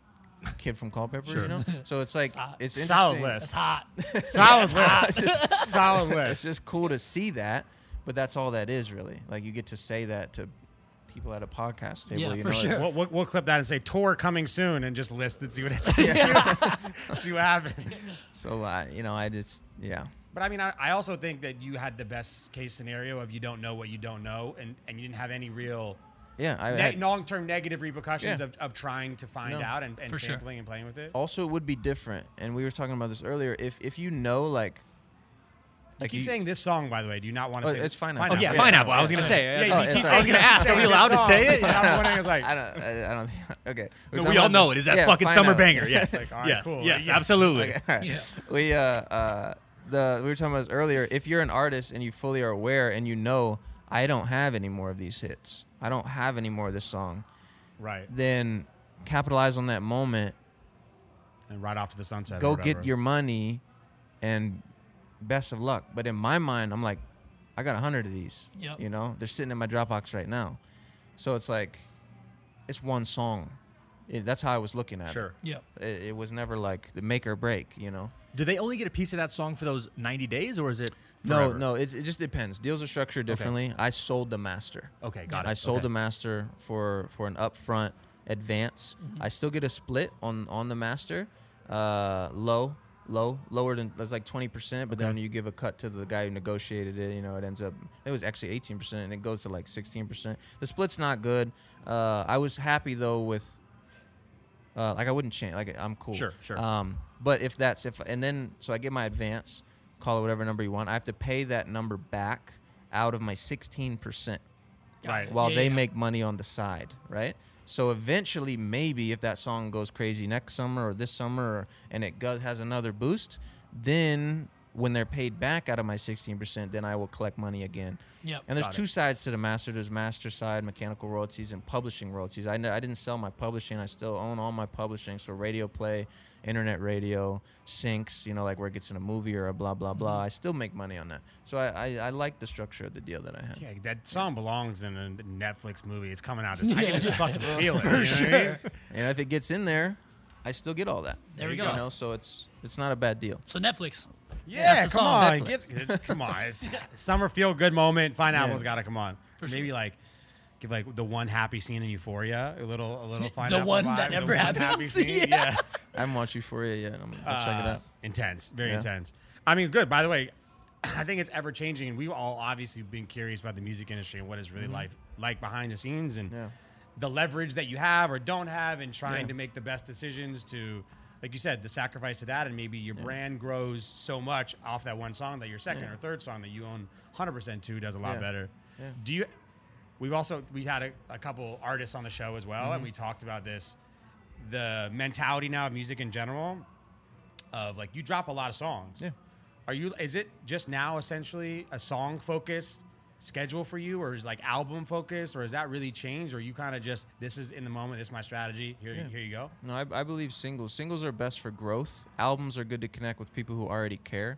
kid from Culpepper, you know. So it's like it's interesting. solid It's list. hot. Solid It's list. just- Solid it's list. just cool to see that, but that's all that is really. Like you get to say that to people at a podcast table. Yeah, you for know, sure. We'll, we'll, we'll clip that and say tour coming soon and just list and see what it says. see what happens. So I, you know, I just yeah, But I mean, I, I also think that you had the best case scenario of you don't know what you don't know, and, and you didn't have any real yeah. Uh, I ne- had- long term negative repercussions Yeah. of, of trying to find No. Oh, out and, and For sure. sampling and playing with it. also it would be different, and we were talking about this earlier. If if you know like, you keep saying this song, by the way. Do you not want to Oh, say it's Fine Fine Apple. Apple. Yeah, Yeah, Fine yeah, Apple. I was yeah. gonna say. Yeah, that's you all- keep that's all- I saying was gonna this- ask. Are we saying this allowed to song. say it? And I'm wondering, it's like, I don't I, I don't think okay. we're No, talking we all about- know it. Is that yeah, fucking Fine summer Apple. banger? Yeah. Yes. Like, all right, yes. cool. Yes. Yeah. Absolutely. Okay, all right. Yeah. We uh uh the we were talking about this earlier. If you're an artist and you fully are aware and you know I don't have any more of these hits. I don't have any more of this song. right Then capitalize on that moment. and right off to the sunset. or Go get whatever. your money and best of luck. But in my mind, I'm like I got a 100 of these. Yep. You know, they're sitting in my Dropbox right now. So it's like it's one song. It, that's how I was looking at Sure. Yeah. it. It, it was never like the make or break, you know. Do they only get a piece of that song for those 90 days, or is it? forever? No, no, it, it just depends. Deals are structured differently. I sold the master. Okay, got it. I sold Okay. the master for for an upfront advance. I still get a split on on the master, uh, low, low, lower than that's like twenty percent. But then when you give a cut to the guy who negotiated it, you know, it ends up it was actually eighteen percent, and it goes to like sixteen percent. The split's not good. Uh, I was happy though with. Uh, like I wouldn't change. Like I'm cool. Sure, sure. Um, but if that's if and then so I get my advance, call it whatever number you want. I have to pay that number back out of my sixteen percent right. while Yeah, they yeah. make money on the side, right? So eventually, maybe if that song goes crazy next summer or this summer, or, and it go- has another boost, then when they're paid back out of my 16%, then I will collect money again. Yep. And there's Got it. two sides to the master. There's master side, mechanical royalties, and publishing royalties. I, kn- I didn't sell my publishing. I still own all my publishing. So radio play, internet radio, syncs, you know, like where it gets in a movie or a blah, blah, blah. Mm-hmm. I still make money on that. So I, I, I like the structure of the deal that I have. Yeah, that song belongs in a Netflix movie. It's coming out. This, I Yeah. can just fucking feel it. you know what I mean? sure. And if it gets in there, I still get all that. There we you go. know, so it's it's not a bad deal. So Netflix. Yeah, That's the come song, on, get, it's, come on. It's summer feel good moment. Find out Yeah. what's got to come on. sure. Maybe like give like the one happy scene in Euphoria. A little, a little. Find The out one vibe, that the never one happens, Happy scene. yeah. yeah. I haven't watched Euphoria yet. I'm gonna go check it Uh, out. Intense, very Yeah. intense. I mean, good. By the way, I think it's ever changing, and we've all obviously been curious about the music industry and what is really life like behind the scenes, and Mm-hmm. Yeah. the leverage that you have or don't have, and trying Yeah. to make the best decisions to. Like you said, the sacrifice to that, and maybe your brand grows so much off that one song that your second or third song that you own 100% to does a lot Yeah. better. Do you? We've also we had a, a couple artists on the show as well, Mm-hmm. and we talked about this, the mentality now of music in general, of like you drop a lot of songs. Yeah. Are you? Is it just now essentially a song focused schedule for you, or is like album focused, or has that really changed, or you kind of just this is in the moment, this is my strategy. Here, here you go. No, I, I believe singles. Singles are best for growth. Albums are good to connect with people who already care.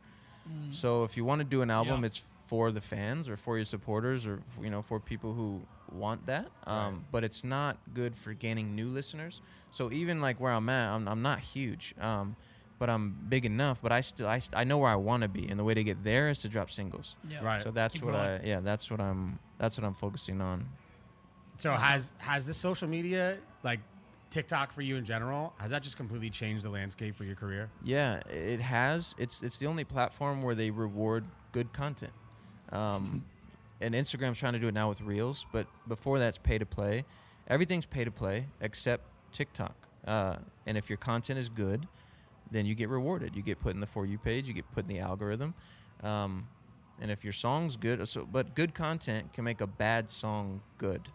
So if you want to do an album, Mm. Yeah. it's for the fans or for your supporters or you know for people who want that. Um, But it's not good for gaining new listeners. So even like where I'm at, I'm, I'm not huge, um, but I'm big enough. But I still I, st- I know where I want to be, and the way to get there is to drop singles. Yeah. Right. So that's Keep what growing. I yeah that's what I'm that's what I'm focusing on. So has has this social media like TikTok for you in general has that just completely changed the landscape for your career? Yeah, it has. It's it's the only platform where they reward good content. Um, and Instagram's trying to do it now with Reels, but before that's pay to play. Everything's pay to play except TikTok. Uh, and if your content is good, then you get rewarded. You get put in the for you page. You get put in the algorithm. Um, and if your song's good, so but good content can make a bad song good,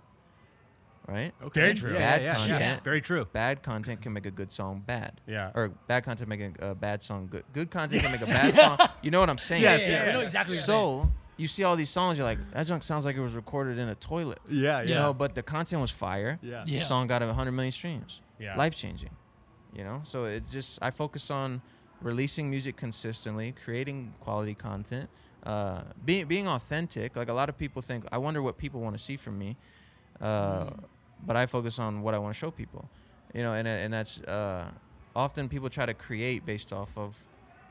right? Okay. Very true. Yeah, Bad yeah, yeah. content. Very true. bad content can make a good song bad. Yeah. Or bad content making a bad song good. Good content can make a bad song. You know what I'm saying? Yeah, yeah, yeah, we know exactly. What you're saying. So you see all these songs, you're like, that junk sounds like it was recorded in a toilet. Yeah, You Yeah. know, but the content was fire. Yeah. The Yeah. song got 100 million streams. Yeah. Life changing. You know, so it just I focus on releasing music consistently, creating quality content, uh, being being authentic. Like a lot of people think, I wonder what people want to see from me, uh, Mm-hmm. but I focus on what I want to show people. You know, and and that's uh, often people try to create based off of.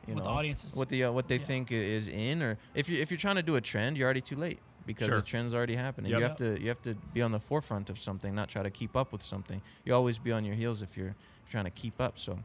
You What know, the audience is- what the uh, what they Yeah. think i- is in, or if you if you're trying to do a trend, you're already too late because Sure. the trend's already happening. Yep. You have to you have to be on the forefront of something, not try to keep up with something. You always be on your heels if you're trying to keep up. So,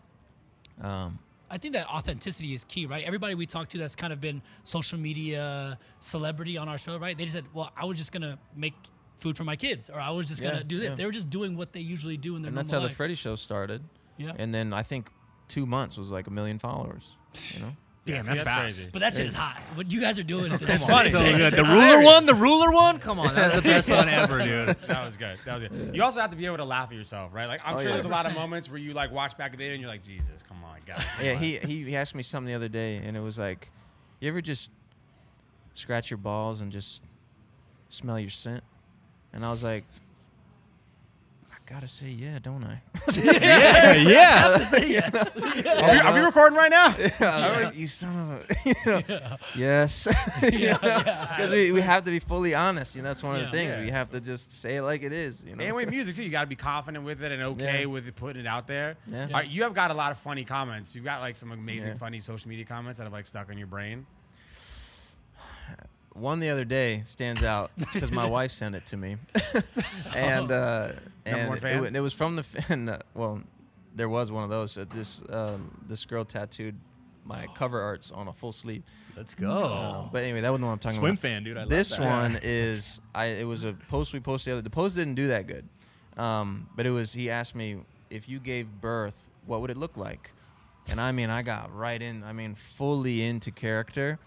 um, I think that authenticity is key, right? Everybody we talk to that's kind of been social media celebrity on our show, right? They just said, "Well, I was just gonna make food for my kids, or I was just Yeah, gonna do this." yeah. They were just doing what they usually do in their and normal that's how the life. Freddy show started. Yeah. And then I think two months was like a million followers. You know. Damn, that's fast. crazy. but that shit is hot. What you guys are doing is it's funny. So It's good. The hilarious. ruler one, the ruler one. Come on, that's the best one ever, dude. That was good. That was good. You also have to be able to laugh at yourself, right? Like I'm Oh, sure yeah. there's a lot of 100%. moments where you like watch back a video and you're like, Jesus, come on, God. come Yeah. on." He, he he asked me something the other day, and it was like, you ever just scratch your balls and just smell your scent? And I was like, I gotta say yeah, don't I? Yeah, yeah. yes. Are we, are we recording right now? I was like, you son of a. You know, Yes. Because we, we have to be fully honest. You know, that's one of Yeah. the things. Yeah. We have to just say it like it is. You know? And with music too, you got to be confident with it and okay Yeah. with it, putting it out there. Yeah. All right, you have got a lot of funny comments. You've got like some amazing, Yeah. funny social media comments that have like stuck in your brain. One the other day stands out because my wife sent it to me. and uh, and one it, fan? wa- it was from the fan. uh, Well, there was one of those. Uh, this, um, this girl tattooed my cover arts on a full sleeve. Let's go. Oh, But anyway, that wasn't what I'm talking Oh. Swim about. fan, dude. I love this that. one is I. It was a post we posted. The other, the post didn't do that good, um, but it was. He asked me if you gave birth, what would it look like, and I mean, I got right in. I mean, fully into character,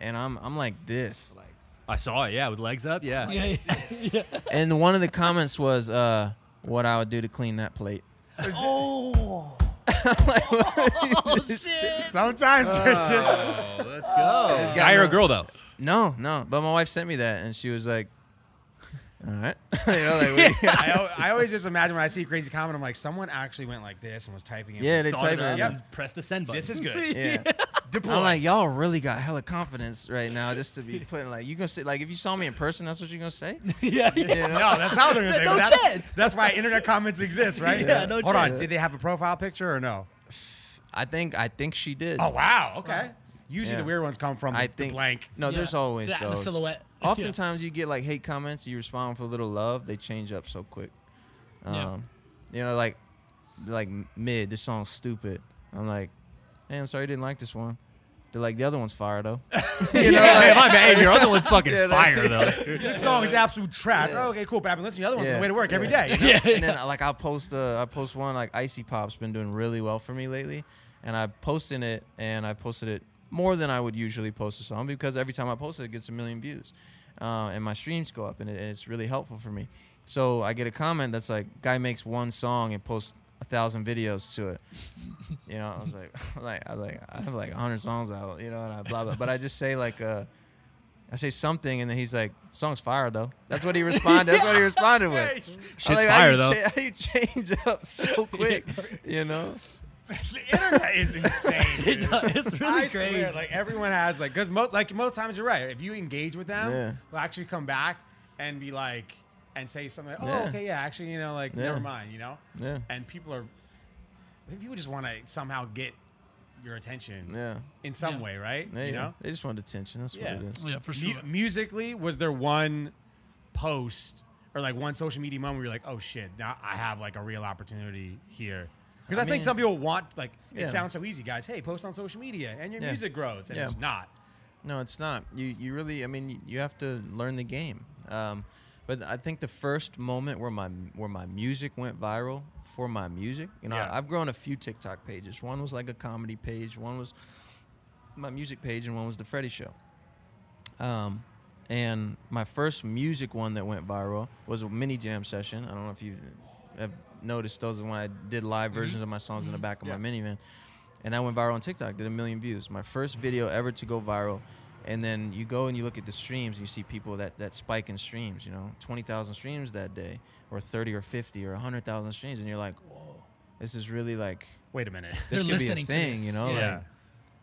and I'm I'm like this. Like, I saw it. Yeah, with legs up. Yeah. Yeah, yeah. and one of the comments was, uh, what I would do to clean that plate. Sometimes there's just let's go. Guy or a girl though? No, no. But my wife sent me that, and she was like, "All right." you know, like, we- I, al- I always just imagine when I see a crazy comment, I'm like, someone actually went like this and was typing in. yeah, some- they Thought it type it. up Yep. and press the send button. this is good. Yeah. Deploy. I'm like, y'all really got hella confidence right now, just to be putting like you gonna say like if you saw me in person, that's what you're gonna say. yeah, yeah. no, that's not what they're gonna say. No that's, chance. That's why internet comments exist, right? Yeah, no Hold on, chance. did they have a profile picture or no? I think I think she did. Oh wow, okay. Usually Yeah. the weird ones come from I the think blank. No, there's always that and the those. silhouette. Oftentimes you get like hate comments, you respond with a little love, they change up so quick. Um, Yeah. You know, like like mid, this song's stupid. I'm like, hey, I'm sorry you didn't like this one. They're like, the other one's fire though. You know, like, my bad. Your other one's fucking fire though. This song is absolute trap. Oh, okay, cool. But I've been listening to the other ones on Yeah. the way to work every Yeah. day. yeah. yeah. and then like I post uh, I post one like Icy Pop's been doing really well for me lately, and I posted it and I posted it more than I would usually post a song because every time I post it, it gets a million views, uh, and my streams go up and, it, and it's really helpful for me. So I get a comment that's like, "Guy makes one song and posts a thousand videos to it." You know, I was like, like I was like I have like hundred songs out, you know, and I blah blah. But I just say like. Uh, I say something, and then he's like, "Song's fire, though." That's what he responded. That's what he responded with. I'm Shit's how fire, you though. cha- how you change up so quick, you know? The internet is insane. It dude. does. It's really I crazy. swear, like everyone has like because most like most times you're right. If you engage with them, Yeah. they'll actually come back and be like and say something. Like, oh, Yeah. okay, yeah, actually, you know, like Yeah. never mind, you know. Yeah. And people are, I think people just want to somehow get your attention Yeah. in some Yeah. way, right? They, you know, they just want attention. That's Yeah. what it is. Oh, yeah, for Mu- sure. musically was there one post or like one social media moment where you're like, oh shit, now I have like a real opportunity here. Because I, I think mean- some people want like Yeah. it sounds so easy, guys. Hey, post on social media and your Yeah. music grows, and Yeah. it's not. No, it's not. You you really. I mean, you, you have to learn the game. Um, but I think the first moment where my where my music went viral for my music, you know, Yeah. I, I've grown a few TikTok pages. One was like a comedy page. One was my music page, and one was the Freddie Show. Um, and my first music one that went viral was a mini jam session. I don't know if you have noticed those when I did Mm-hmm. live versions of my songs in the back of my minivan. And I went viral on TikTok, did a million views. My first video ever to go viral. And then you go and you look at the streams and you see people that, that spike in streams, you know, 20,000 streams that day, or 30 or 50 or 100,000 streams. And you're like, whoa, this is really like, Wait a minute. They're this could listening to be a thing, this. you know? Yeah. Like,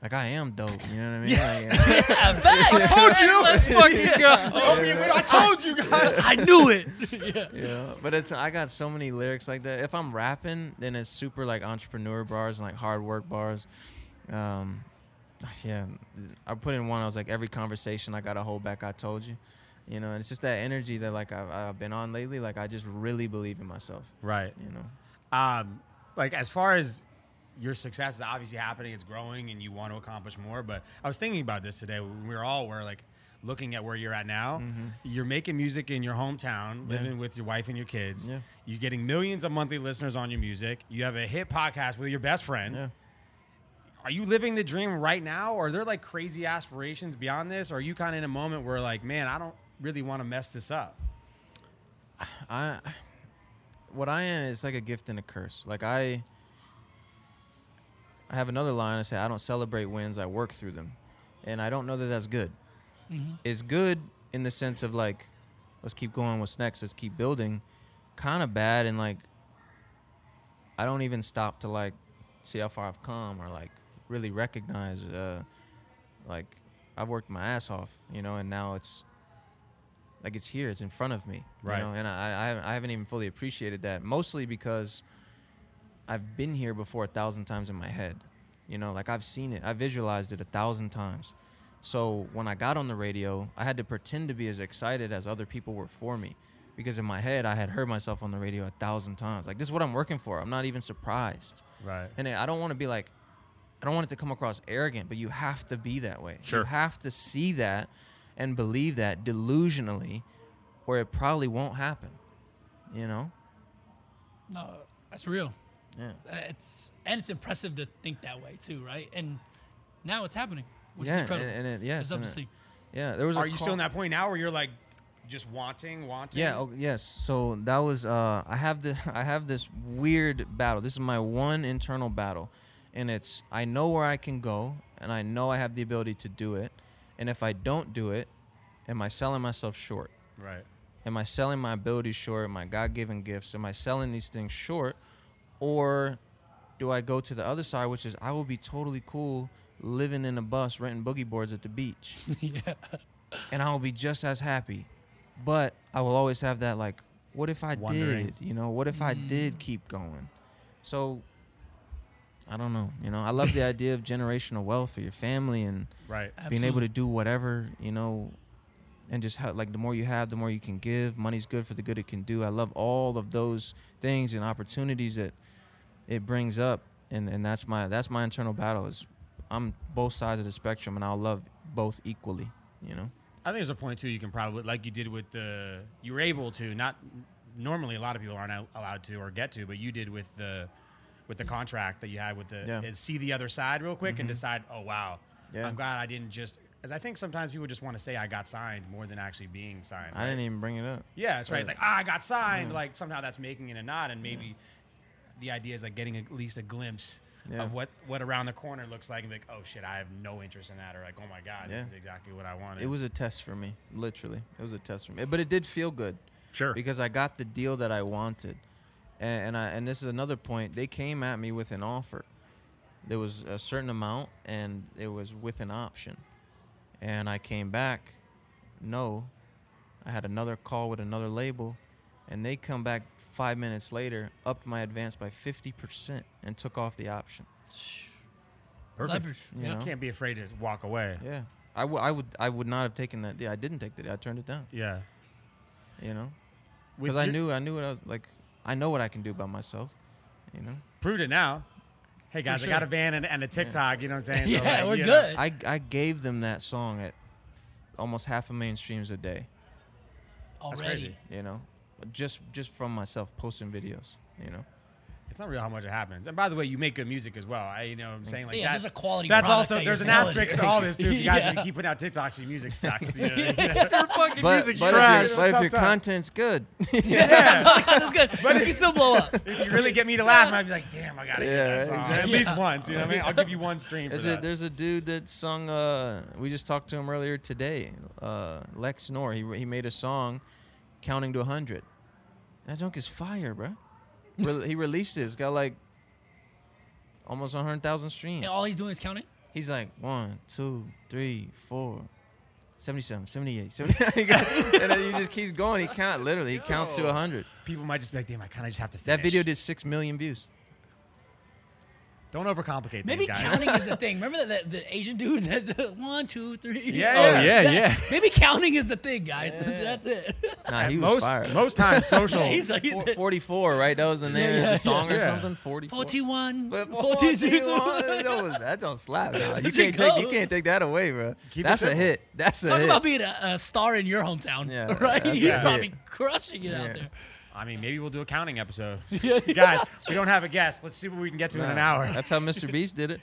like, I am dope, you know what I mean? yeah, Like, facts. Told you. Let's fucking go. I told you guys. I knew it. yeah. Yeah, but it's I got so many lyrics like that. If I'm rapping, then it's super like entrepreneur bars and like hard work bars. Um, yeah, I put in one. I was like, every conversation I gotta hold back. I told you, you know. And it's just that energy that like I've, I've been on lately. Like I just really believe in myself. Right. You know. Um, like as far as your success is obviously happening, it's growing, and you want to accomplish more. But I was thinking about this today. when We were all were like looking at where you're at now. Mm-hmm. You're making music in your hometown, living with your wife and your kids. Yeah. You're getting millions of monthly listeners on your music. You have a hit podcast with your best friend. Yeah. Are you living the dream right now, or are there like crazy aspirations beyond this? Or are you kind of in a moment where like, man, I don't really want to mess this up? I what I am is like a gift and a curse. Like I I have another line I say I don't celebrate wins, I work through them. And I don't know that that's good. It's good in the sense of like let's keep going what's next, let's keep building. Kind of bad and like I don't even stop to like see how far I've come or like really recognize uh like I've worked my ass off, you know, and now it's like it's here, it's in front of me, Right. You know, and I, I haven't- I haven't even fully appreciated that, mostly because I've been here before a thousand times in my head, you know, like I've seen it, I visualized it a thousand times. So when I got on the radio, I had to pretend to be as excited as other people were for me, because in my head I had heard myself on the radio a thousand times. Like this is what I'm working for. I'm not even surprised. Right. And I don't want to be like, I don't want it to come across arrogant, but you have to be that way. Sure. You have to see that and believe that delusionally, or it probably won't happen. You know? No, that's real. Uh, Yeah. It's and it's impressive to think that way too, right? And now it's happening, which Yeah, is incredible. and- and it- yes, it's up and to it- see. Yeah. There was. Are a you call- still in that point now where you're like, just wanting, wanting. Yeah. Oh, yes. So that was. Uh, I have the. I have this weird battle. This is my one internal battle, and it's. I know where I can go, and I know I have the ability to do it, and if I don't do it, am I selling myself short? Right. Am I selling my abilities short? My God-given gifts? Am I selling these things short, or do I go to the other side, which is I will be totally cool living in a bus, renting boogie boards at the beach yeah. and I will be just as happy. But I will always have that like, what if I Wondering. did? You know, what if I did keep going? So I don't know. You know, I love the idea of generational wealth for your family and Right. being able to do whatever you know, and just how, like the more you have, the more you can give. Money's good for the good it can do. I love all of those things and opportunities that it brings up, and and that's my that's my internal battle is I'm both sides of the spectrum, and I'll love both equally. You know. I think there's a point too. You can probably, like you did with the, you were able to. Not normally, a lot of people aren't al- allowed to or get to, but you did with the, with the contract that you had with the, Yeah. Mm-hmm. and see the other side real quick and decide, oh wow, Yeah. I'm glad I didn't just. As I think sometimes people just want to say I got signed more than actually being signed. I right? didn't even bring it up. Yeah, that's right. Right. Like ah, I got signed. Like somehow that's making it a nod, and maybe the idea is like getting at least a glimpse Yeah. of what what around the corner looks like, and be like, oh shit, I have no interest in that, or like, oh my god, Yeah. this is exactly what I wanted. It was a test for me, literally. It was a test for me, but it did feel good sure. because I got the deal that I wanted, and, and I and this is another point. They came at me with an offer. There was a certain amount, and it was with an option, and I came back, no. I had another call with another label, and they come back five minutes later, upped my advance by fifty percent, and took off the option. Perfect. Leverage. You Yeah. know? Can't be afraid to just walk away. Yeah, I, w- I would I would not have taken that deal. I didn't take the deal. I turned it down. Yeah. You know. With because I your- knew I knew what I was like. I know what I can do by myself, you know. proved it now. Hey guys, I got sure. a van and, and a TikTok. You know what I'm saying? So, Yeah, like, we're you know, good. I, I gave them that song at almost half a million streams a day, That's already. crazy. you know, just just from myself posting videos, you know. It's not real how much it happens. And by the way, you make good music as well. I, you know, what I'm saying like Yeah, that's there's a quality That's product also that there's an you're selling. asterisk to all this too. If you guys Yeah. if you keep putting out TikToks, your music sucks. You know? fucking But, music but trash. if your, but if Tough your time. content's good, That's good. But you still blow up. if you really get me to laugh, I'd be like, damn, I gotta Yeah, get that song. exactly. At least once, you know what I mean? I'll give you one stream. For There's a, that. there's a dude that sung. Uh, we just talked to him earlier today. Uh, Lex Nor. He he made a song, counting to hundred. That junk is fire, bro. Re- he released it. It's got like almost hundred thousand streams. And all he's doing is counting. He's like one, two, three, four. 77, 78, 79. and then he just keeps going. He count literally. He counts to 100. People might just be like, damn, I kind of just have to finish. That video did 6 million views. Don't overcomplicate Maybe things, guys. counting is the thing. Remember that, that the Asian dude that the one, two, three. Yeah, Oh yeah, yeah. That- Maybe counting is the thing, guys. That's it. Nah, At he was most fire. most times social. He's like, Four- 44, right? That was the name of yeah, the song or yeah. something. 44. 41, But 42. 41, that don't- that don't slap. nah. You It can't take you goes. can't take that away, bro. Keep it that's a simple. hit. That's a Talk hit. about being a, a star in your hometown, Yeah, right? that's He's it. probably crushing it Yeah. out there. I mean, maybe we'll do a counting episode. Guys, we don't have a guest. Let's see what we can get to in an Nah, hour. That's how Mr. Beast did it.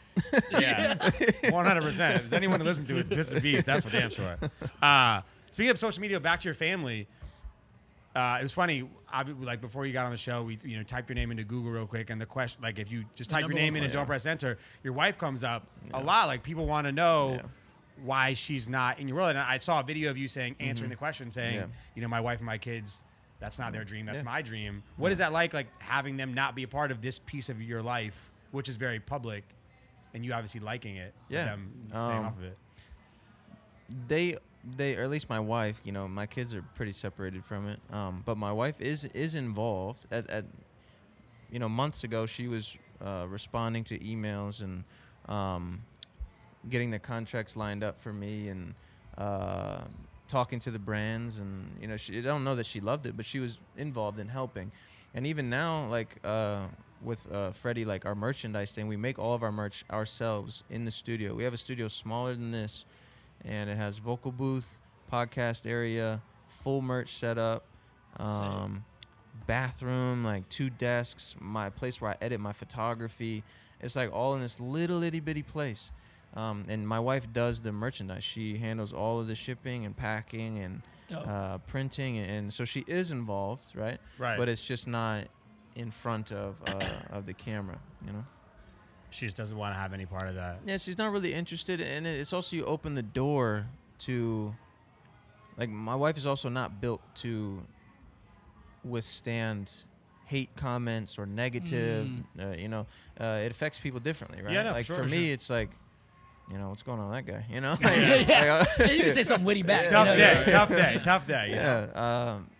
Yeah, one hundred percent. Does anyone that listens to it, it's piss and beast. That's for damn sure. Uh, speaking of social media, back to your family. Uh, it was funny. I, like before you got on the show, we you know typed your name into Google real quick, and the question like if you just type your number name one in and question. don't press enter, your wife comes up a lot. Like people want to know. Yeah. Why she's not in your world, and I saw a video of you saying answering the question, saying, Mm-hmm. Yeah. "You know, my wife and my kids, that's not their dream, that's Yeah. my dream." What is that like? Like having them not be a part of this piece of your life, which is very public, and you obviously liking it. but Yeah. Them staying Um, off of it. they they or at least my wife you know my kids are pretty separated from it um, but my wife is is involved at, at you know months ago she was uh, responding to emails and um, getting the contracts lined up for me and uh, talking to the brands and you know she I don't know that she loved it but she was involved in helping and even now like uh, with uh, Freddie like our merchandise thing we make all of our merch ourselves in the studio we have a studio smaller than this and it has vocal booth podcast area full merch setup um, bathroom like two desks my place where I edit my photography it's like all in this little itty bitty place Um, and my wife does the merchandise. She handles all of the shipping and packing and Oh. uh, printing, and, so she is involved, right? Right. But it's just not in front of uh, of the camera, you know. She just doesn't want to have any part of that. Yeah, she's not really interested in it. It's also you open the door to, like, my wife is also not built to withstand hate comments or negative. Uh, you know, uh, it affects people differently, right? Mm. Yeah, no, for like sure, for for me, sure. it's like, you know, what's going on with that guy? You know, uh, yeah. yeah, you can say something witty back. Tough you know? day, tough day, tough day. Yeah. yeah. Um,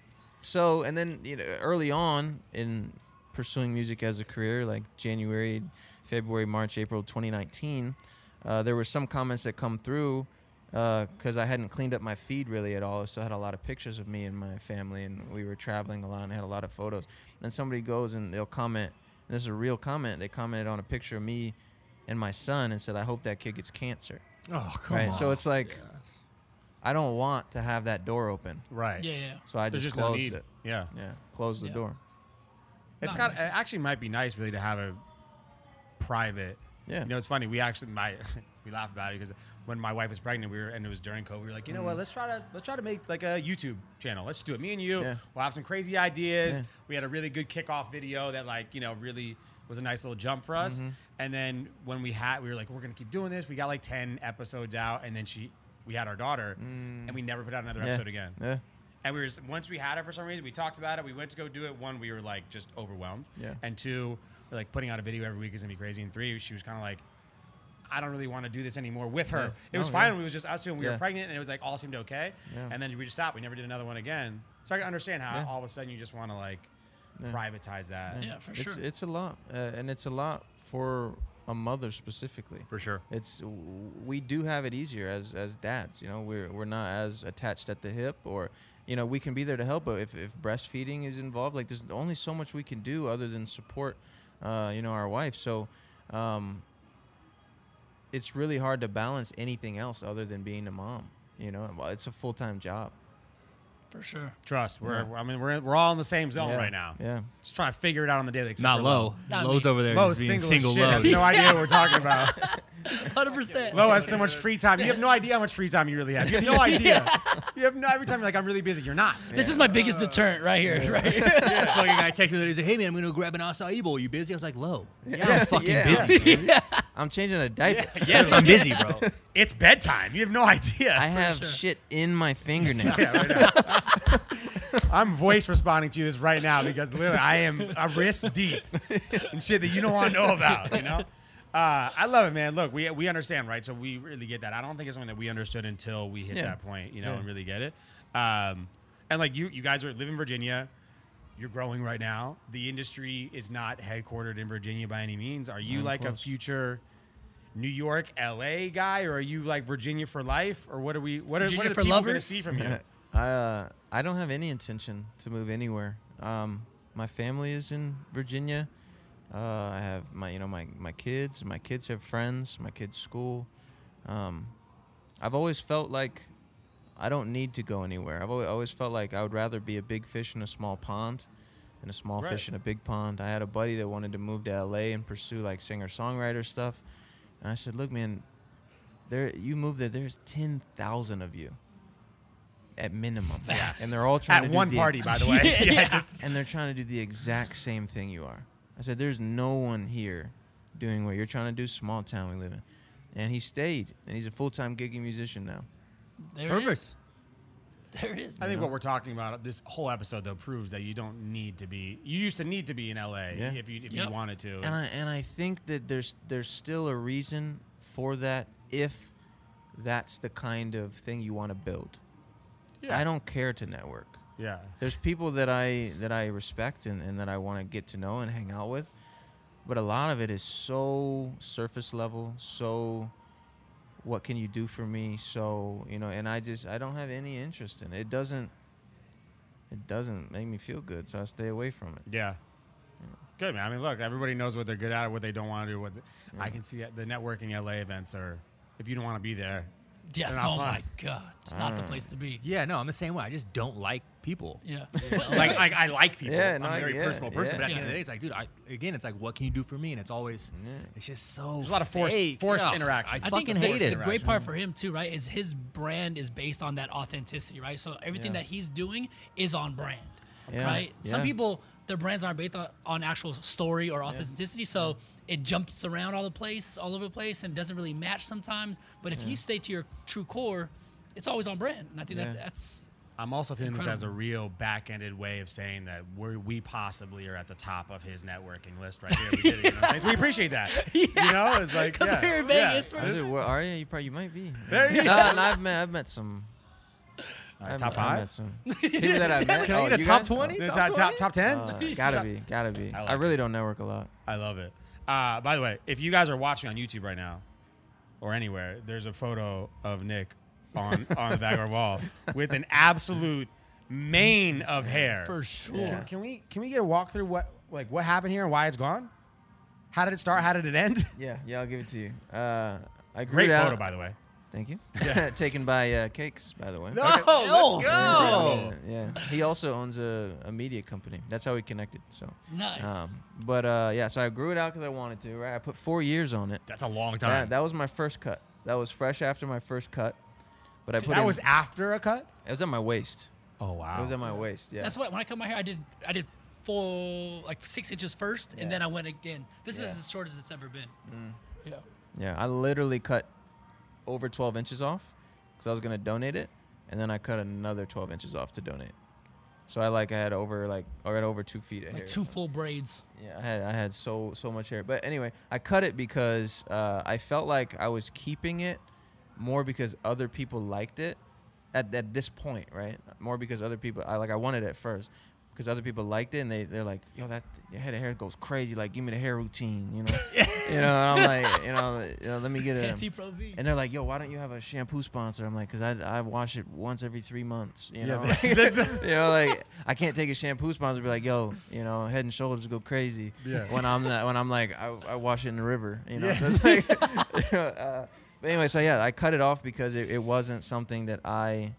so and then you know, early on in pursuing music as a career, like January, February, March, April 2019, uh, there were some comments that come through because I hadn't cleaned up my feed really at all. I still had a lot of pictures of me and my family, and we were traveling a lot and had a lot of photos. And somebody goes and they'll comment. And this is a real comment. They commented on a picture of me and my son and said, "I hope that kid gets cancer." Oh, right. So it's like. I don't want to have that door open. Right. Yeah, yeah. So I There's just just, no closed need. it. Yeah. Yeah, closed the Yeah. door. It's Not got. It nice. actually might be nice, really, to have a private. Yeah. You know, it's funny. We actually, my, we laugh about it because when my wife was pregnant, we were, and it was during COVID. We were like, you know Mm. what? Let's try to let's try to make like a YouTube channel. Let's do it. Me and you. Yeah. We'll have some crazy ideas. Yeah. We had a really good kickoff video that, like, you know, really was a nice little jump for us. Mm-hmm. And then when we had, we were like, we're gonna keep doing this. We got like ten episodes out, and then she, we had our daughter, and we never put out another Mm. yeah. episode again. Yeah. And we were just- once we had it for some reason, we talked about it. We went to go do it. One, we were like just overwhelmed. Yeah. And two, we're like putting out a video every week is gonna be crazy. And three, she was kind of like, I don't really want to do this anymore with her. Yeah. It was Oh, fine. yeah. when It was just us two, and we were Yeah. pregnant, and it was like all seemed okay. Yeah. And then we just stopped. We never did another one again. So I can understand how Yeah. all of a sudden you just want to like privatize that. Yeah, for it's, sure. It's a lot, uh, and it's a lot for a mother specifically. For sure. It's w- we do have it easier as as dads. You know, we're we're not as attached at the hip, or you know, we can be there to help. But if if breastfeeding is involved, like there's only so much we can do other than support, uh, you know, our wife. So. Um, it's really hard to balance anything else other than being a mom. You know, Well, it's a full time job. For sure. Trust. We're. I mean, we're in, we're all in the same zone Yeah. right now. Yeah. Just trying to figure it out on the daily. except Not for low. Not Low's me. over there. Low, just being single single, single shit. low. Has no idea what we're talking about. 100%. Lo has so much free time. You have no idea how much free time you really have. You have no idea. You have no. Every time you're like, I'm really busy. You're not. This is my biggest deterrent right here, right? This fucking guy texted me. the other day, He's like, "Hey man, I'm gonna go grab an acai bowl. You busy?" I was like, "Low." Yeah, I'm fucking Yeah. busy. I'm changing a diaper. Yes, I'm busy, bro. It's bedtime. You have no idea. I I, have shit in my fingernails. am voice responding to you this right now because literally I am a wrist deep in shit that you don't want to know about. You know. Uh, I love it, man. Look, we we understand, right? So we really get that. I don't think it's something that we understood until we hit Yeah. that point, you know, Yeah. and really get it. Um, and like you, you guys are live in Virginia. You're growing right now. The industry is not headquartered in Virginia by any means. Are you Mm, like a close. future New York, LA guy, or are you like Virginia for life, or what are we? What are, what Virginia are for people going to lovers? see from you? I uh, I don't have any intention to move anywhere. Um, my family is in Virginia. Uh, I have my you know my my kids. My kids have friends. My kids school. Um, I've always felt like I don't need to go anywhere. I've always, always felt like I would rather be a big fish in a small pond than a small Right. fish in a big pond. I had a buddy that wanted to move to LA and pursue like singer songwriter stuff. And I said, look, man, there you move there, there's 10,000 of you at minimum. Facts. And they're all trying to At do one the- party, by the way. Yeah, yeah, yeah. just and they're trying to do the exact same thing you are. I said, there's no one here doing what you're trying to do, small town we live in. And he stayed, and he's a full time gigging musician now. There it Perfect. is. There it is. I think what we're talking about this whole episode though proves that you don't need to be. You used to need to be in LA Yeah. if you if Yep. you wanted to. And I and I think that there's there's still a reason for that if that's the kind of thing you want to build. yeah. I don't care to network. Yeah. There's people that I that I respect and, and that I want to get to know and hang out with. But a lot of it is so surface level, so what can you do for me? So, you know, and I just I don't have any interest in it. It doesn't it doesn't make me feel good, so I stay away from it. Yeah. Good man. I mean, look, everybody knows what they're good at, what they don't want to do. What the, I can see that the networking LA events are. If you don't want to be there, Yes. They're not Oh fun. my God. It's not the place to be. Yeah, no, I'm the same way. I just don't like people. Yeah. like I, I like people. Yeah, I'm no, a very yeah, personal person, yeah. but at the end Yeah. of the day, it's like, dude, I, again, it's like, what can you do for me? And it's always, it's just so. There's a lot of forced- fake. forced Ugh, interaction. I, I fucking think the- hate it. The great part for him too, right, is his brand is based on that authenticity, right? So everything that he's doing is on brand, Yeah, right? Some yeah. people their brands aren't based on, on actual story or authenticity, so it jumps around all the place, all over the place, and doesn't really match sometimes. But if you stay to your true core, it's always on brand, and I think that Yeah. that's I'm also feeling this as a real back-ended way of saying that we're, we possibly are at the top of his networking list right here. We, did it, you know what I'm saying? So we appreciate that. You know, it's like because yeah, we're in yeah. Vegas. I for- was like, where are you? You probably you might be. There you Nah, nah, I've met I've met some. All right, I've, top I've five, met some people that I've met. Uh, Can I Oh, get a you top guys? 20? The Top top top top ten. Uh, gotta be, gotta be. I, like really don't network a lot. I love it. Uh, by the way, if you guys are watching on YouTube right now or anywhere, there's a photo of Nick on on the back of our wall with an absolute mane of hair. For sure. Can, can we can we get a walkthrough what like what happened here and why it's gone? How did it start? How did it end? Yeah, yeah, I'll give it to you. Uh, I grew Great it out. photo, by the way. Thank you. Taken by uh, Cakes, by the way. Oh, No, Oh, let's Yeah, go. yeah. He also owns a, a media company. That's how we connected. So. Nice. Um, but uh, yeah, so I grew it out because I wanted to. Right, I put four years on it. That's a long That, time. that was my first cut. That was fresh after my first cut. But I put That in- was after a cut. it was at my waist. Oh wow. It was at my waist. Yeah. That's what when I cut my hair, I did I did four like six inches first, and then I went again. This Yeah. is as short as it's ever been. Yeah. Yeah, I literally cut over 12 inches off because I was gonna donate it, and then I cut another 12 inches off to donate. So I like I had over like I had over two feet of Like hair. two full braids. Yeah, I had I had so so much hair. But anyway, I cut it because uh, I felt like I was keeping it more because other people liked it at at this point, right? More because other people I like I wanted it at first because other people liked it and they they're like, "Yo, that your head of hair goes crazy. Like, give me the hair routine, you know." you know, and I'm like, you know, you know, let me get it. Panty Pro V. And they're like, "Yo, why don't you have a shampoo sponsor?" I'm like, "Cause I I wash it once every three months, you know." you know, like I can't take a shampoo sponsor and be like, "Yo, you know, Head and Shoulders go crazy." Yeah. When I'm not, when I'm like, I, I wash it in the river, you know. So it's like, you know, uh, but anyway, so yeah, I cut it off because it, it wasn't something that I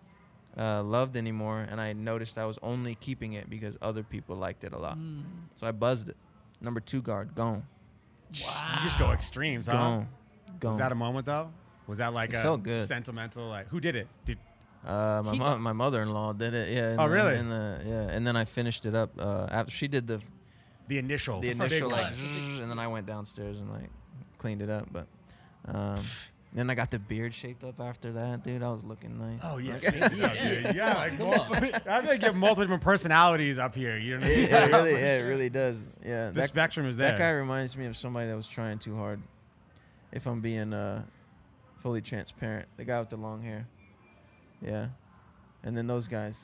uh, loved anymore, and I noticed I was only keeping it because other people liked it a lot. So I buzzed it. Number two guard gone, You just go extremes, huh? gone, gone. Was that a moment though? Was that like It a felt good. sentimental? Like who did it? Did Uh, my He mo- my mother-in-law did it. Yeah. and Oh, then- really? and the- yeah, and then I finished it up. Uh, after she did the the initial? the first initial cut. like, zzz, and then I went downstairs and like cleaned it up. But um, then I got the beard shaped up after that, dude. I was looking nice. Oh yeah, yeah, dude. yeah. Like, mul- I feel like you have multiple different personalities up here. You know what I mean? yeah, it really, yeah, it really does. Yeah, The that, spectrum is there. that guy reminds me of somebody that was trying too hard. If I'm being uh, fully transparent, the guy with the long hair. Yeah, and then those guys.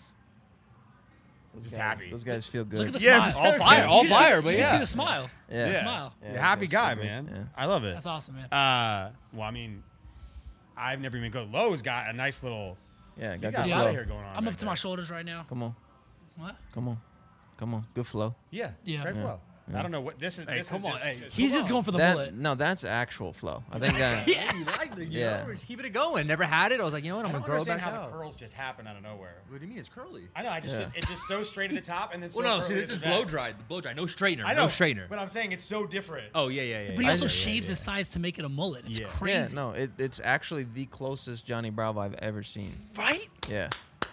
Those Just guys, happy. Those guys feel good. Look at the Yeah, smile. all fire, all You see- fire, but you see yeah. the smile. Yeah. The yeah. smile. Yeah, Yeah, happy that's guy, pretty good, man. I love it. That's awesome, man. Uh, well, I mean, I've never even go. Lowe's got a nice little. Yeah, You got got good a Yeah. lot flow. of hair going on. I'm back up to there. my shoulders right now. Come on, What? come on, come on. Good flow. Yeah, Yeah. Great Yeah. flow. I don't know what this is. Hey, this is come on, just, hey. He's just going for the That- bullet. no, that's actual flow. I think that. Yeah. You like the, you Yeah. know, we're just keeping it going. Never had it. I was like, you know what? I'm I gonna don't grow it understand back how the out. curls just happen out of nowhere. What do you mean? It's curly. I know. I just Yeah. it's just so straight at the top and then. So Well, no, see, curly this at the is back. Blow dried, blow dried, no straightener, I know. no straightener. But I'm saying it's so different. Oh yeah, yeah, yeah. But he yeah. also Yeah, shaves yeah, his sides to make it a mullet. It's Yeah. Yeah, crazy. Yeah, no, it, it's actually the closest Johnny Bravo I've ever seen. Right? Yeah.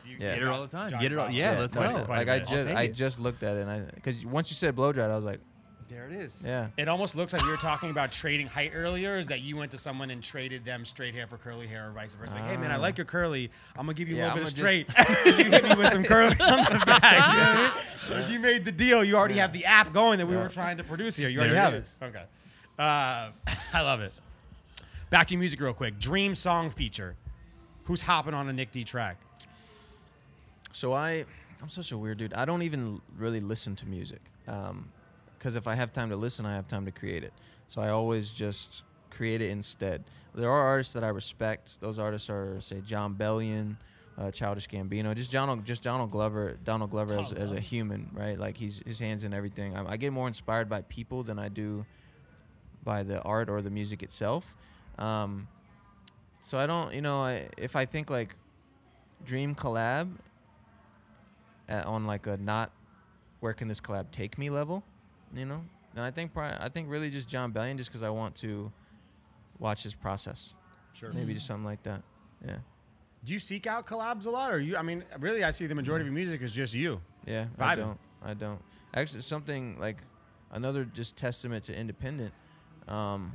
You Yeah. Get it all the time. Johnny Get it all. Bravo. Yeah, let's like, go. Quite a Like I bit. just, I'll take I it. just looked at it, and I because once you said blow dried, I was like, There it is. yeah, It almost looks like we were talking about trading height earlier. Is that you went to someone and traded them straight hair for curly hair, or vice versa? Like, hey man, I Ah. like your curly. I'm gonna give you Yeah, a little I'ma bit of straight. you hit me with some curly on the back. You, know what I mean? If you made the deal. You already have the app going that we were trying to produce here. You already There it have it. Okay, uh, I love it. Back to music real quick. Dream song feature. Who's hopping on a Nick D track? So I, I'm such a weird dude. I don't even l- really listen to music, because if I have time to listen, I have time to create it. So I always just create it instead. There are artists that I respect. Those artists are, say, John Bellion, uh, Childish Gambino, just Donald, just Donald Glover, Donald Glover as, as a human, right? Like he's his hands in everything. I, I get more inspired by people than I do by the art or the music itself. Um, So I don't, you know, I, if I think like dream collab at, uh, on like a not where can this collab take me level, you know, and I think pri- I think really just John Bellion just because I want to watch his process. Sure. Maybe just something like that. Yeah. Do you seek out collabs a lot, or you? I mean, really, I see the majority of your music is just you. Yeah, I Vibing. don't. I don't. Actually, something like another just testament to independent, um,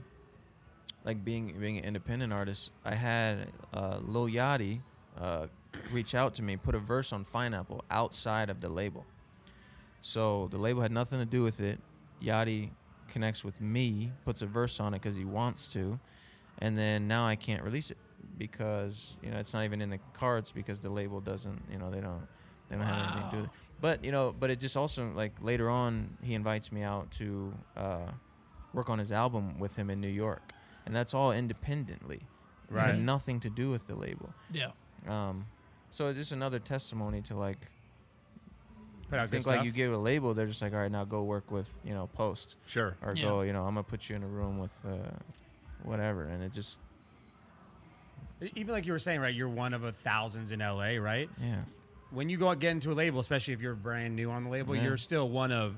like being being an independent artist. I had uh, Lil Yachty uh, reach out to me, put a verse on Pineapple outside of the label. So the label had nothing to do with it. Yachty connects with me, puts a verse on it because he wants to, and then now I can't release it because you know it's not even in the cards because the label doesn't. You know they don't they don't have anything to do with it. But you know, but it just also like later on he invites me out to uh, work on his album with him in New York, and that's all independently. It had Right. nothing to do with the label. Yeah. Um, so it's just another testimony to like Put I out good think like stuff. you give a label, they're just like, all right, now go work with you know Post Sure. or Yeah. go you know I'm gonna put you in a room with uh, whatever, and it just Even like you were saying, right? You're one of a thousands in LA, right? yeah When you go out get into a label, especially if you're brand new on the label, Yeah. you're still one of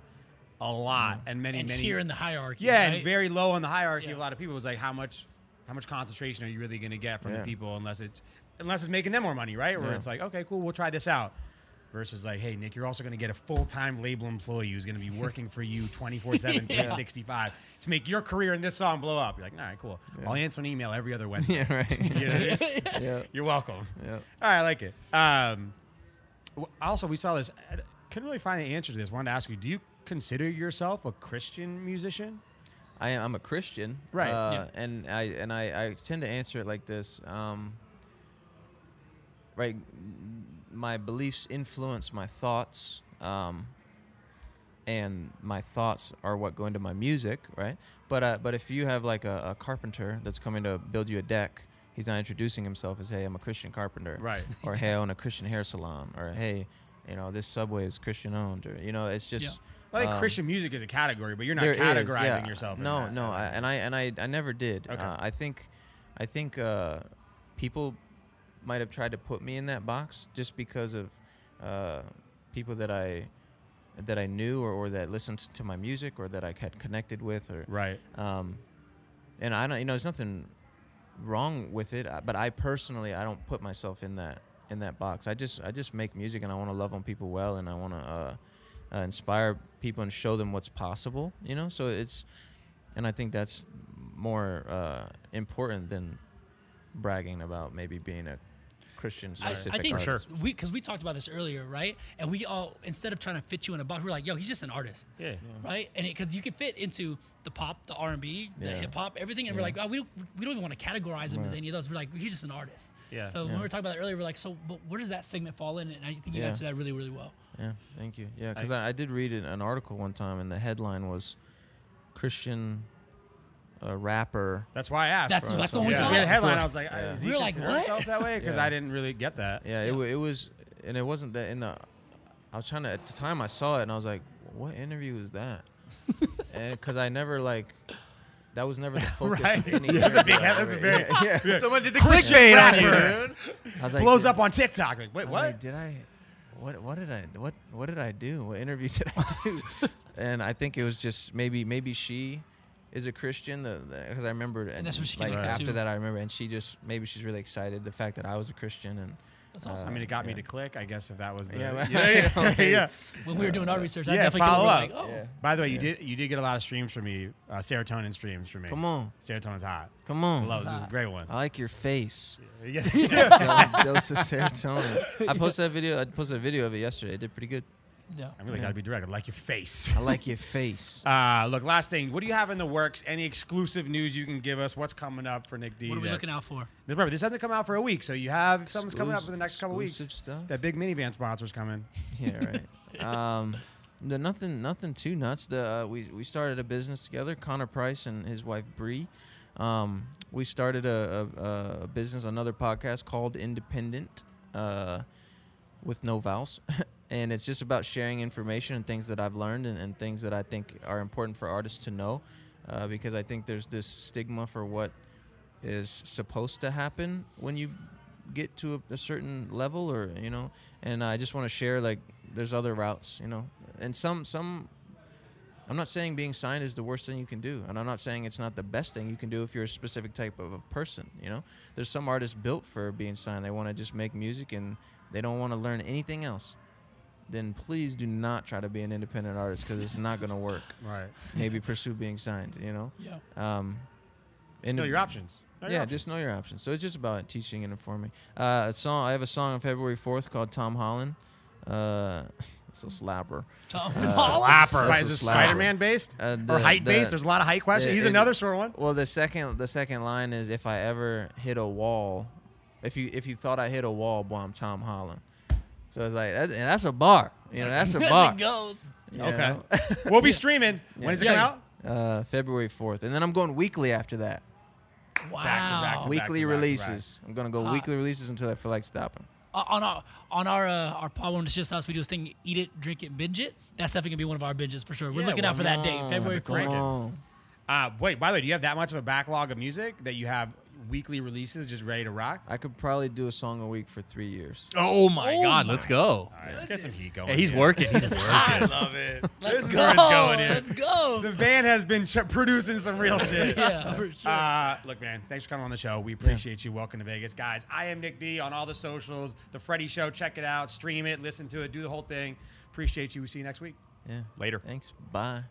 a lot and many, And many. here in the hierarchy. yeah, right? and very low on the hierarchy of a Yeah. lot of people. It's like how much, how much concentration are you really going to get from the Yeah. people unless it's unless it's making them more money, right? Where Yeah. it's like, okay, cool, we'll try this out. Versus like, hey Nick, you're also going to get a full time label employee who's going to be working for you 24 7, 365 to make your career in this song blow up. You're like, all right, cool. I'll answer an email every other Wednesday. yeah right You know what I mean? yeah You're welcome. yeah. All right, I like it. Um, w- also, we saw this. I couldn't really find the answer to this. Wanted to ask you: Do you consider yourself a Christian musician? I am, I'm a Christian, Right, Uh, And I and I, I tend to answer it like this. Um, right, my beliefs influence my thoughts, um, and my thoughts are what go into my music, right? But uh, but if you have like a, a carpenter that's coming to build you a deck, he's not introducing himself as, "Hey, I'm a Christian carpenter," Right. Or "Hey, I own a Christian hair salon," or "Hey, you know, this subway is Christian owned," or you know, it's just. I think um, Christian music is a category, but you're not there is, categorizing yeah. yourself. in No, that. no, I, and I and I, I never did. Okay. Uh, I think, I think uh, people might have tried to put me in that box just because of uh, people that I that I knew or, or that listened to my music or that I had connected with or right. um, and I don't you know there's nothing wrong with it uh, but I personally I don't put myself in that in that box I just I just make music and I want to love on people well and I want to uh, uh, inspire people and show them what's possible you know so it's and I think that's more uh, important than bragging about maybe being a Christian I, I specific think artist. we because we talked about this earlier, right? And we all instead of trying to fit you in a box, we're like, yo, he's just an artist. Yeah. right? And because you can fit into the pop, the R and B, the Yeah. hip hop, everything, and we're like, oh, we don't, we don't even want to categorize him as any of those. We're like, he's just an artist. Yeah. So when we were talking about it earlier, we're like, so but where does that segment fall in? And I think you Yeah. answered that really, really well. Yeah, thank you. Yeah, because I, I did read an, an article one time, and the headline was Christian uh, rapper. That's why I asked. That's bro. that's the one we yeah. saw. I read the headline. I was like, is he We were like, considering what? himself that way? Because Yeah. I didn't really get that. Yeah, it, wa- it was, and it wasn't that in the. I was trying to at the time I saw it, and I was like, "What interview was that?" and because I never like, that was never the focus of any. That's a interview big. I That's a ever- very Someone did the Christian clickbait on you. rapper. dude. I was like, blows "Did- up on TikTok. Like, wait, I was like, what? did I? What what did I what what did I do? What interview did I do? and I think it was just maybe maybe she is a Christian. The because I remember and, that's what she like connected after to. that I remember and she just maybe she's really excited the fact that I was a Christian and That's awesome. I mean, it got me Yeah. to click. I guess if that was the Yeah, yeah, right. yeah, yeah. yeah. when we were doing our research, I uh, yeah, definitely could've follow been up. Like, oh, yeah. By the way, you Yeah. did you did get a lot of streams from me, uh, serotonin streams from me. Come on, serotonin's hot. come on. Uh, Love this is a great one. I like your face. Yeah. Double dose of serotonin. I posted that video. I posted a video of it yesterday. It did pretty good. yeah. I really gotta be direct. I like your face. I like your face. Uh, look, last thing. What do you have in the works? Any exclusive news you can give us? What's coming up for Nick D? What are we that- looking out for? Remember, this hasn't come out for a week, so you have something's coming up in the next couple weeks. Exclusive stuff? That big minivan sponsor's coming. Yeah, right. um, no, nothing, nothing too nuts. The uh, we we started a business together. Connor Price and his wife Bree. Um, we started a, a, a business, another podcast called Independent, uh, with no vowels, and it's just about sharing information and things that I've learned and, and things that I think are important for artists to know, uh, because I think there's this stigma for what is supposed to happen when you get to a, a certain level or you know and i just want to share like there's other routes you know and some some i'm not saying being signed is the worst thing you can do and i'm not saying it's not the best thing you can do if you're a specific type of a person you know there's some artists built for being signed they want to just make music and they don't want to learn anything else then please do not try to be an independent artist because it's not going to work Right. maybe pursue being signed you know Yeah. um Just know indi- your options. Know your yeah, options. just know your options. So it's just about teaching and informing. Uh, a song I have a song on February fourth called Tom Holland. Uh, it's a slapper. Tom Slapper. Holland. Right, Slapper. Oh, Is this Spider-Man based Uh, or the- height based? the- There's a lot of height questions. Yeah, He's it- another short one. Well, the second the second line is if I ever hit a wall, if you if you thought I hit a wall, boy, I'm Tom Holland. So it's like that, and that's a bar. You know, that's a As bar. it goes. you Okay. know? we'll be streaming. When does it Yeah. come out? Uh, February fourth, and then I'm going weekly after that. Wow. Oh, back to weekly back to back. releases. I'm gonna go Hot. weekly releases until I feel like stopping. Uh, on our on our uh, our pod one, it's just us. We do this thing: eat it, drink it, binge it. That's definitely gonna be one of our binges for sure. We're Yeah, looking out for that date, February come fourth. on. Uh, wait. By the way, do you have that much of a backlog of music that you have weekly releases just ready to rock? I could probably do a song a week for three years. Oh my God, let's go. All right, let's get some heat going. Hey, he's here. working. He's working. I love it. this Let's go. is where it's going here. Let's go. The van has been ch- producing some real shit. yeah, for sure. Uh, look, man, thanks for coming on the show. We appreciate you. Welcome to Vegas, guys. I am Nick D on all the socials. The Freddie Show. Check it out. Stream it. Listen to it. Do the whole thing. Appreciate you. We see you next week. Yeah. Later. Thanks. Bye.